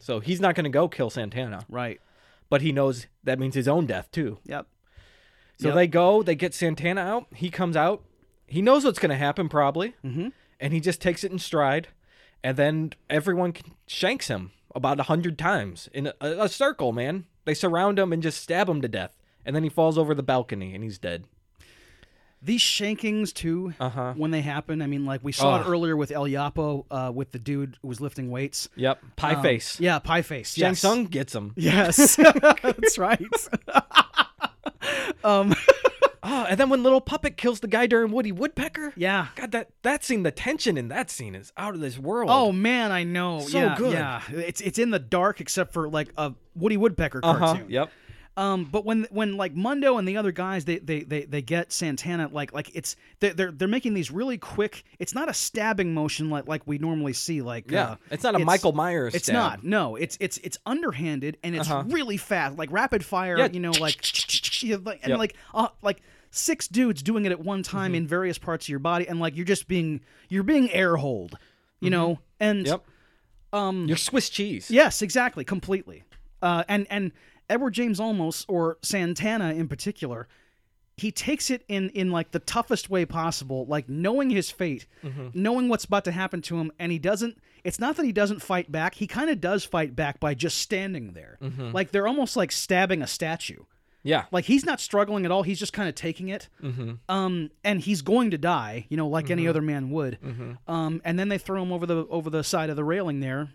[SPEAKER 1] So he's not going to go kill Santana,
[SPEAKER 2] Right.
[SPEAKER 1] but he knows that means his own death too.
[SPEAKER 2] Yep.
[SPEAKER 1] So
[SPEAKER 2] Yep.
[SPEAKER 1] they go, they get Santana out. He comes out. He knows what's going to happen, probably. Mm-hmm. And he just takes it in stride. And then everyone can- shanks him about a hundred times in a, a circle, man. They surround him and just stab him to death. And then he falls over the balcony and he's dead.
[SPEAKER 2] These shankings too,
[SPEAKER 1] Uh-huh.
[SPEAKER 2] when they happen. I mean, like we saw it
[SPEAKER 1] Ugh.
[SPEAKER 2] earlier with El Yapo, uh, with the dude who was lifting weights.
[SPEAKER 1] Yep. Pie
[SPEAKER 2] Um,
[SPEAKER 1] face.
[SPEAKER 2] Yeah, pie face.
[SPEAKER 1] Shang
[SPEAKER 2] yes.
[SPEAKER 1] Tsung gets him.
[SPEAKER 2] Yes, that's right. um,
[SPEAKER 1] Oh, and then when Little Puppet kills the guy during Woody Woodpecker.
[SPEAKER 2] yeah.
[SPEAKER 1] God, that, that scene, the tension in that scene is out of this world.
[SPEAKER 2] Oh man, I know.
[SPEAKER 1] So
[SPEAKER 2] yeah,
[SPEAKER 1] good.
[SPEAKER 2] yeah. It's it's in the dark except for like a Woody Woodpecker
[SPEAKER 1] uh
[SPEAKER 2] cartoon.
[SPEAKER 1] huh. Yep.
[SPEAKER 2] Um, but when when like Mundo and the other guys they they they, they get Santana like like it's they're, they're they're making these really quick. It's not a stabbing motion like like we normally see. Like
[SPEAKER 1] Yeah.
[SPEAKER 2] uh,
[SPEAKER 1] it's not a Michael Myers.
[SPEAKER 2] It's
[SPEAKER 1] stab.
[SPEAKER 2] not. No, it's it's it's underhanded and it's
[SPEAKER 1] Uh-huh.
[SPEAKER 2] really fast, like rapid fire.
[SPEAKER 1] Yeah.
[SPEAKER 2] You know, like you know, like- and
[SPEAKER 1] Yep. Mm-hmm.
[SPEAKER 2] like uh, like six dudes doing it at one time in various parts of your body, and like you're just being you're being air holed, you know, and
[SPEAKER 1] Mm-hmm. Yep.
[SPEAKER 2] Um,
[SPEAKER 1] You're Swiss cheese.
[SPEAKER 2] Yes, exactly, completely. Uh, and and Edward James Olmos or Santana in particular, he takes it in in like the toughest way possible, like knowing his fate, knowing what's about to happen to him, and he doesn't. It's not that he doesn't fight back. He kind of does fight back by just standing there, like they're almost like stabbing a statue.
[SPEAKER 1] Yeah.
[SPEAKER 2] Like he's not struggling at all. He's just kind of taking it. Mm-hmm. Um, and he's going to die, you know, like any other man would. Um, and then they throw him over the over the side of the railing there,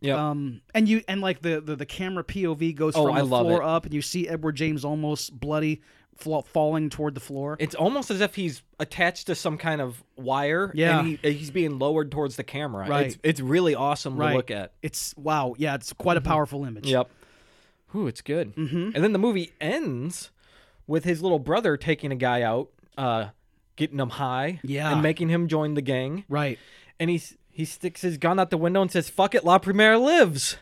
[SPEAKER 1] Yep.
[SPEAKER 2] um, and you and like the the, the camera POV goes
[SPEAKER 1] Oh,
[SPEAKER 2] from
[SPEAKER 1] I
[SPEAKER 2] the
[SPEAKER 1] love
[SPEAKER 2] floor
[SPEAKER 1] it.
[SPEAKER 2] up, and you see Edward James almost bloody, fla- falling toward the floor.
[SPEAKER 1] it's almost as if he's attached to some kind of wire
[SPEAKER 2] Yeah.
[SPEAKER 1] and he, he's being lowered towards the camera.
[SPEAKER 2] Right.
[SPEAKER 1] It's, it's really awesome
[SPEAKER 2] Right.
[SPEAKER 1] to look at. Mm-hmm.
[SPEAKER 2] It's wow, yeah, it's quite a powerful image.
[SPEAKER 1] Yep. Ooh, it's good. Mm-hmm. And then the movie ends with his little brother taking a guy out, uh, getting him high,
[SPEAKER 2] Yeah.
[SPEAKER 1] and making him join the gang.
[SPEAKER 2] Right.
[SPEAKER 1] And he s- he sticks his gun out the window and says, "Fuck it, La Primera lives."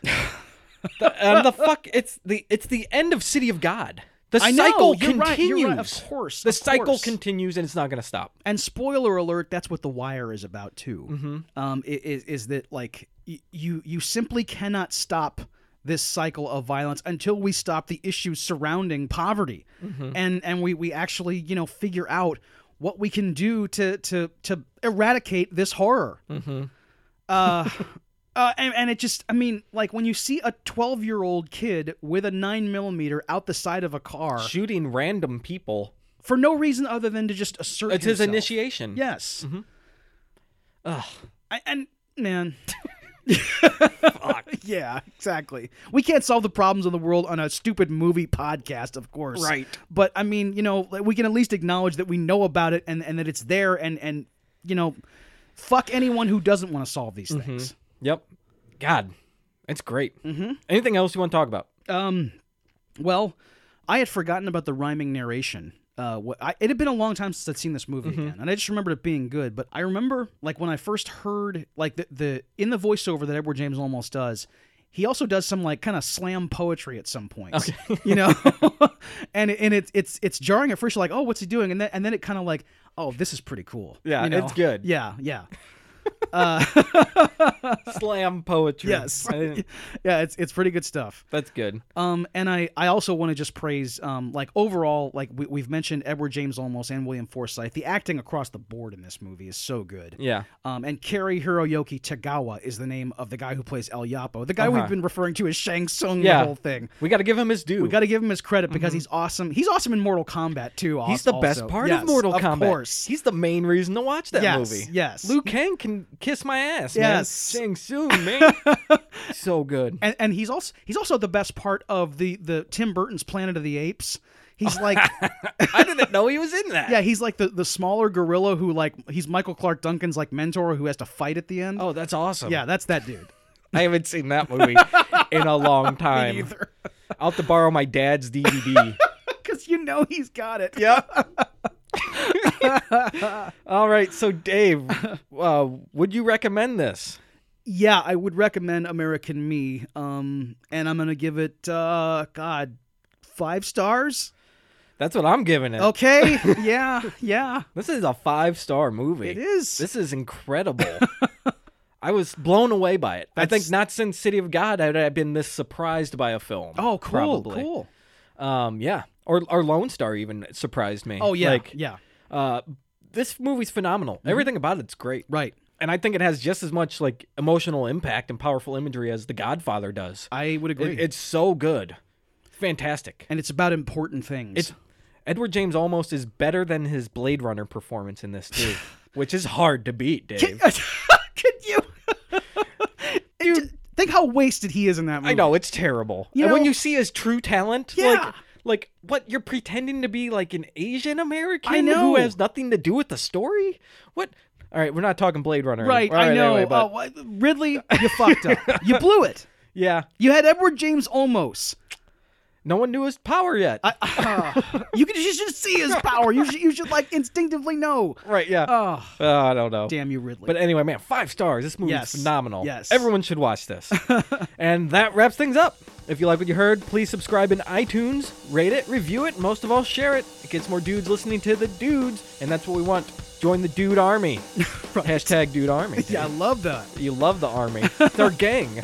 [SPEAKER 1] The- and the fuck, it's the it's the end of City of God. The
[SPEAKER 2] I know,
[SPEAKER 1] cycle
[SPEAKER 2] you're
[SPEAKER 1] continues.
[SPEAKER 2] right, you're right, of course,
[SPEAKER 1] the
[SPEAKER 2] of
[SPEAKER 1] cycle
[SPEAKER 2] course.
[SPEAKER 1] continues, and it's not going to stop.
[SPEAKER 2] And spoiler alert, that's what The Wire is about too.
[SPEAKER 1] Mm-hmm.
[SPEAKER 2] Um, i- is is that like y- you you simply cannot stop this cycle of violence until we stop the issues surrounding poverty,
[SPEAKER 1] Mm-hmm.
[SPEAKER 2] and and we we actually you know figure out what we can do to to to eradicate this horror.
[SPEAKER 1] Mm-hmm.
[SPEAKER 2] Uh, uh, and, and it just, I mean, like when you see a 12 year old kid with a 9 millimeter out the side of a car
[SPEAKER 1] Shooting random people.
[SPEAKER 2] for no reason other than to just assert
[SPEAKER 1] It's his
[SPEAKER 2] himself.
[SPEAKER 1] initiation.
[SPEAKER 2] Yes.
[SPEAKER 1] Ugh.
[SPEAKER 2] I, and man. yeah, exactly. We can't solve the problems of the world on a stupid movie podcast, of course.
[SPEAKER 1] Right.
[SPEAKER 2] But I mean, you know, like, we can at least acknowledge that we know about it and, and that it's there and and you know, fuck anyone who doesn't want to solve these things.
[SPEAKER 1] Yep. God, it's great. Mm-hmm. Anything else you want to talk about?
[SPEAKER 2] Um, well, I had forgotten about the rhyming narration. Uh, what I, it had been a long time since I'd seen this movie
[SPEAKER 1] Mm-hmm.
[SPEAKER 2] again, and I just remembered it being good. But I remember, like when I first heard, like the, the in the voiceover that Edward James almost does, he also does some like kind of slam poetry at some points, you know. and it, and it's it's it's jarring at first, you're like, oh, what's he doing? And then and then it kind of like, oh, this is pretty cool.
[SPEAKER 1] Yeah,
[SPEAKER 2] you know?
[SPEAKER 1] it's good.
[SPEAKER 2] Yeah, yeah.
[SPEAKER 1] Slam poetry.
[SPEAKER 2] Uh, Yes.
[SPEAKER 1] I didn't-
[SPEAKER 2] yeah, it's it's pretty good stuff.
[SPEAKER 1] That's good.
[SPEAKER 2] Um, and I, I also want to just praise, um, like overall, like we, we've mentioned Edward James Olmos and William Forsythe. The acting across the board in this movie is so good.
[SPEAKER 1] Yeah.
[SPEAKER 2] Um, and Kerry Hiroyoki Tagawa is the name of the guy who plays El Yapo, the guy
[SPEAKER 1] Uh-huh.
[SPEAKER 2] we've been referring to as Shang Tsung
[SPEAKER 1] Yeah.
[SPEAKER 2] the whole thing.
[SPEAKER 1] We got to give him his due.
[SPEAKER 2] We got to give him his credit because he's awesome. He's awesome in Mortal Kombat too. al-
[SPEAKER 1] He's the best
[SPEAKER 2] also.
[SPEAKER 1] part
[SPEAKER 2] Yes,
[SPEAKER 1] of Mortal Kombat.
[SPEAKER 2] Of course.
[SPEAKER 1] He's the main reason to watch that
[SPEAKER 2] Yes,
[SPEAKER 1] movie.
[SPEAKER 2] yes.
[SPEAKER 1] Liu Kang can kiss my ass.
[SPEAKER 2] Yes.
[SPEAKER 1] Man. Shang Tsung, man. so good.
[SPEAKER 2] and, and he's also he's also the best part of the the Tim Burton's Planet of the Apes. He's like
[SPEAKER 1] I didn't know he was in that.
[SPEAKER 2] Yeah, he's like the, the smaller gorilla who like he's Michael Clark Duncan's like mentor who has to fight at the end.
[SPEAKER 1] Oh, that's awesome.
[SPEAKER 2] yeah, that's that dude.
[SPEAKER 1] I haven't seen that movie in a long time.
[SPEAKER 2] Either
[SPEAKER 1] I'll have to borrow my dad's DVD.
[SPEAKER 2] because you know he's got it.
[SPEAKER 1] yep. All right. So, Dave, uh, would you recommend this?
[SPEAKER 2] Yeah, I would recommend American Me. Um, and I'm gonna give it uh, God, five stars.
[SPEAKER 1] That's what I'm giving it.
[SPEAKER 2] Okay, yeah, yeah,
[SPEAKER 1] This is a five star movie.
[SPEAKER 2] it is.
[SPEAKER 1] This is incredible. I was blown away by it. I think
[SPEAKER 2] That's-
[SPEAKER 1] not since City of God had I been this surprised by a film.
[SPEAKER 2] oh, cool,
[SPEAKER 1] probably.
[SPEAKER 2] cool.
[SPEAKER 1] Um, yeah, or or Lone Star even surprised me.
[SPEAKER 2] Oh yeah, Mm-hmm.
[SPEAKER 1] like
[SPEAKER 2] yeah,
[SPEAKER 1] uh, this movie's phenomenal. Everything about it's great,
[SPEAKER 2] right.
[SPEAKER 1] and I think it has just as much like emotional impact and powerful imagery as The Godfather does.
[SPEAKER 2] I would agree.
[SPEAKER 1] It- it's so good, fantastic.
[SPEAKER 2] and it's about important things.
[SPEAKER 1] It's Edward James almost is better than his Blade Runner performance in this too, which is hard to beat, Dave.
[SPEAKER 2] Could you? Dude, think how wasted he is in that movie.
[SPEAKER 1] I know it's terrible.
[SPEAKER 2] You
[SPEAKER 1] and when
[SPEAKER 2] know-
[SPEAKER 1] you see his true talent,
[SPEAKER 2] Yeah.
[SPEAKER 1] like like what you're pretending to be like an Asian American
[SPEAKER 2] I know.
[SPEAKER 1] who has nothing to do with the story. What? All right, we're not talking Blade Runner.
[SPEAKER 2] Right,
[SPEAKER 1] anymore. All
[SPEAKER 2] I know.
[SPEAKER 1] anyway, but-
[SPEAKER 2] Uh, what- Ridley, you fucked up. You blew it.
[SPEAKER 1] yeah,
[SPEAKER 2] You had Edward James Olmos.
[SPEAKER 1] no one knew his power yet.
[SPEAKER 2] Ah, you can you should see his power. You should you should like instinctively know.
[SPEAKER 1] right? Yeah.
[SPEAKER 2] Oh,
[SPEAKER 1] Uh, I don't know.
[SPEAKER 2] damn you, Ridley.
[SPEAKER 1] But anyway, man, five stars. This movie
[SPEAKER 2] Yes.
[SPEAKER 1] is phenomenal.
[SPEAKER 2] Yes.
[SPEAKER 1] Everyone should watch this. and that wraps things up. If you like what you heard, please subscribe in iTunes, rate it, review it, and most of all, share it. It gets more dudes listening to the dudes, and that's what we want. Join the dude army. Hashtag dude army. dude.
[SPEAKER 2] Yeah, I love that.
[SPEAKER 1] You love the army. It's our gang.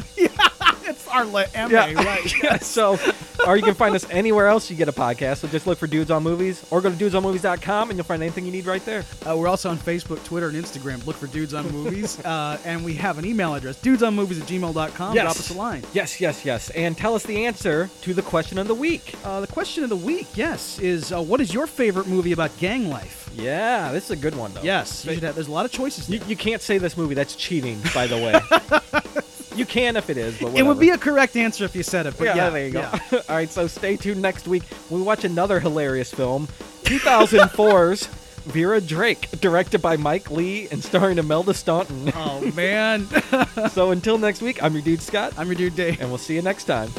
[SPEAKER 2] It's our le- MA, right?
[SPEAKER 1] so, or you can find us anywhere else you get a podcast. So just look for Dudes on Movies or go to dudesonmovies.com and you'll find anything you need right there.
[SPEAKER 2] Uh, we're also on Facebook, Twitter, and Instagram. Look for Dudes on Movies. Uh, and we have an email address, dudesonmovies at gmail.com. Drop us a line.
[SPEAKER 1] Yes, yes, yes. And tell us the answer to the question of the week.
[SPEAKER 2] Uh, the question of the week, yes, is uh, what is your favorite movie about gang life?
[SPEAKER 1] Yeah, this is a good one, though.
[SPEAKER 2] Yes, you should have, there's a lot of choices.
[SPEAKER 1] You,
[SPEAKER 2] there.
[SPEAKER 1] you can't say this movie. That's cheating, by the way. you can if it is, but
[SPEAKER 2] It
[SPEAKER 1] whatever.
[SPEAKER 2] would be a correct answer if you said it, but yeah,
[SPEAKER 1] yeah, there you go.
[SPEAKER 2] yeah.
[SPEAKER 1] All right, so stay tuned next week. We watch another hilarious film, 2004's Vera Drake, directed by Mike Lee and starring Imelda Staunton.
[SPEAKER 2] Oh man,
[SPEAKER 1] so until next week, I'm your dude Scott,
[SPEAKER 2] I'm your dude Dave.
[SPEAKER 1] and we'll see you next time.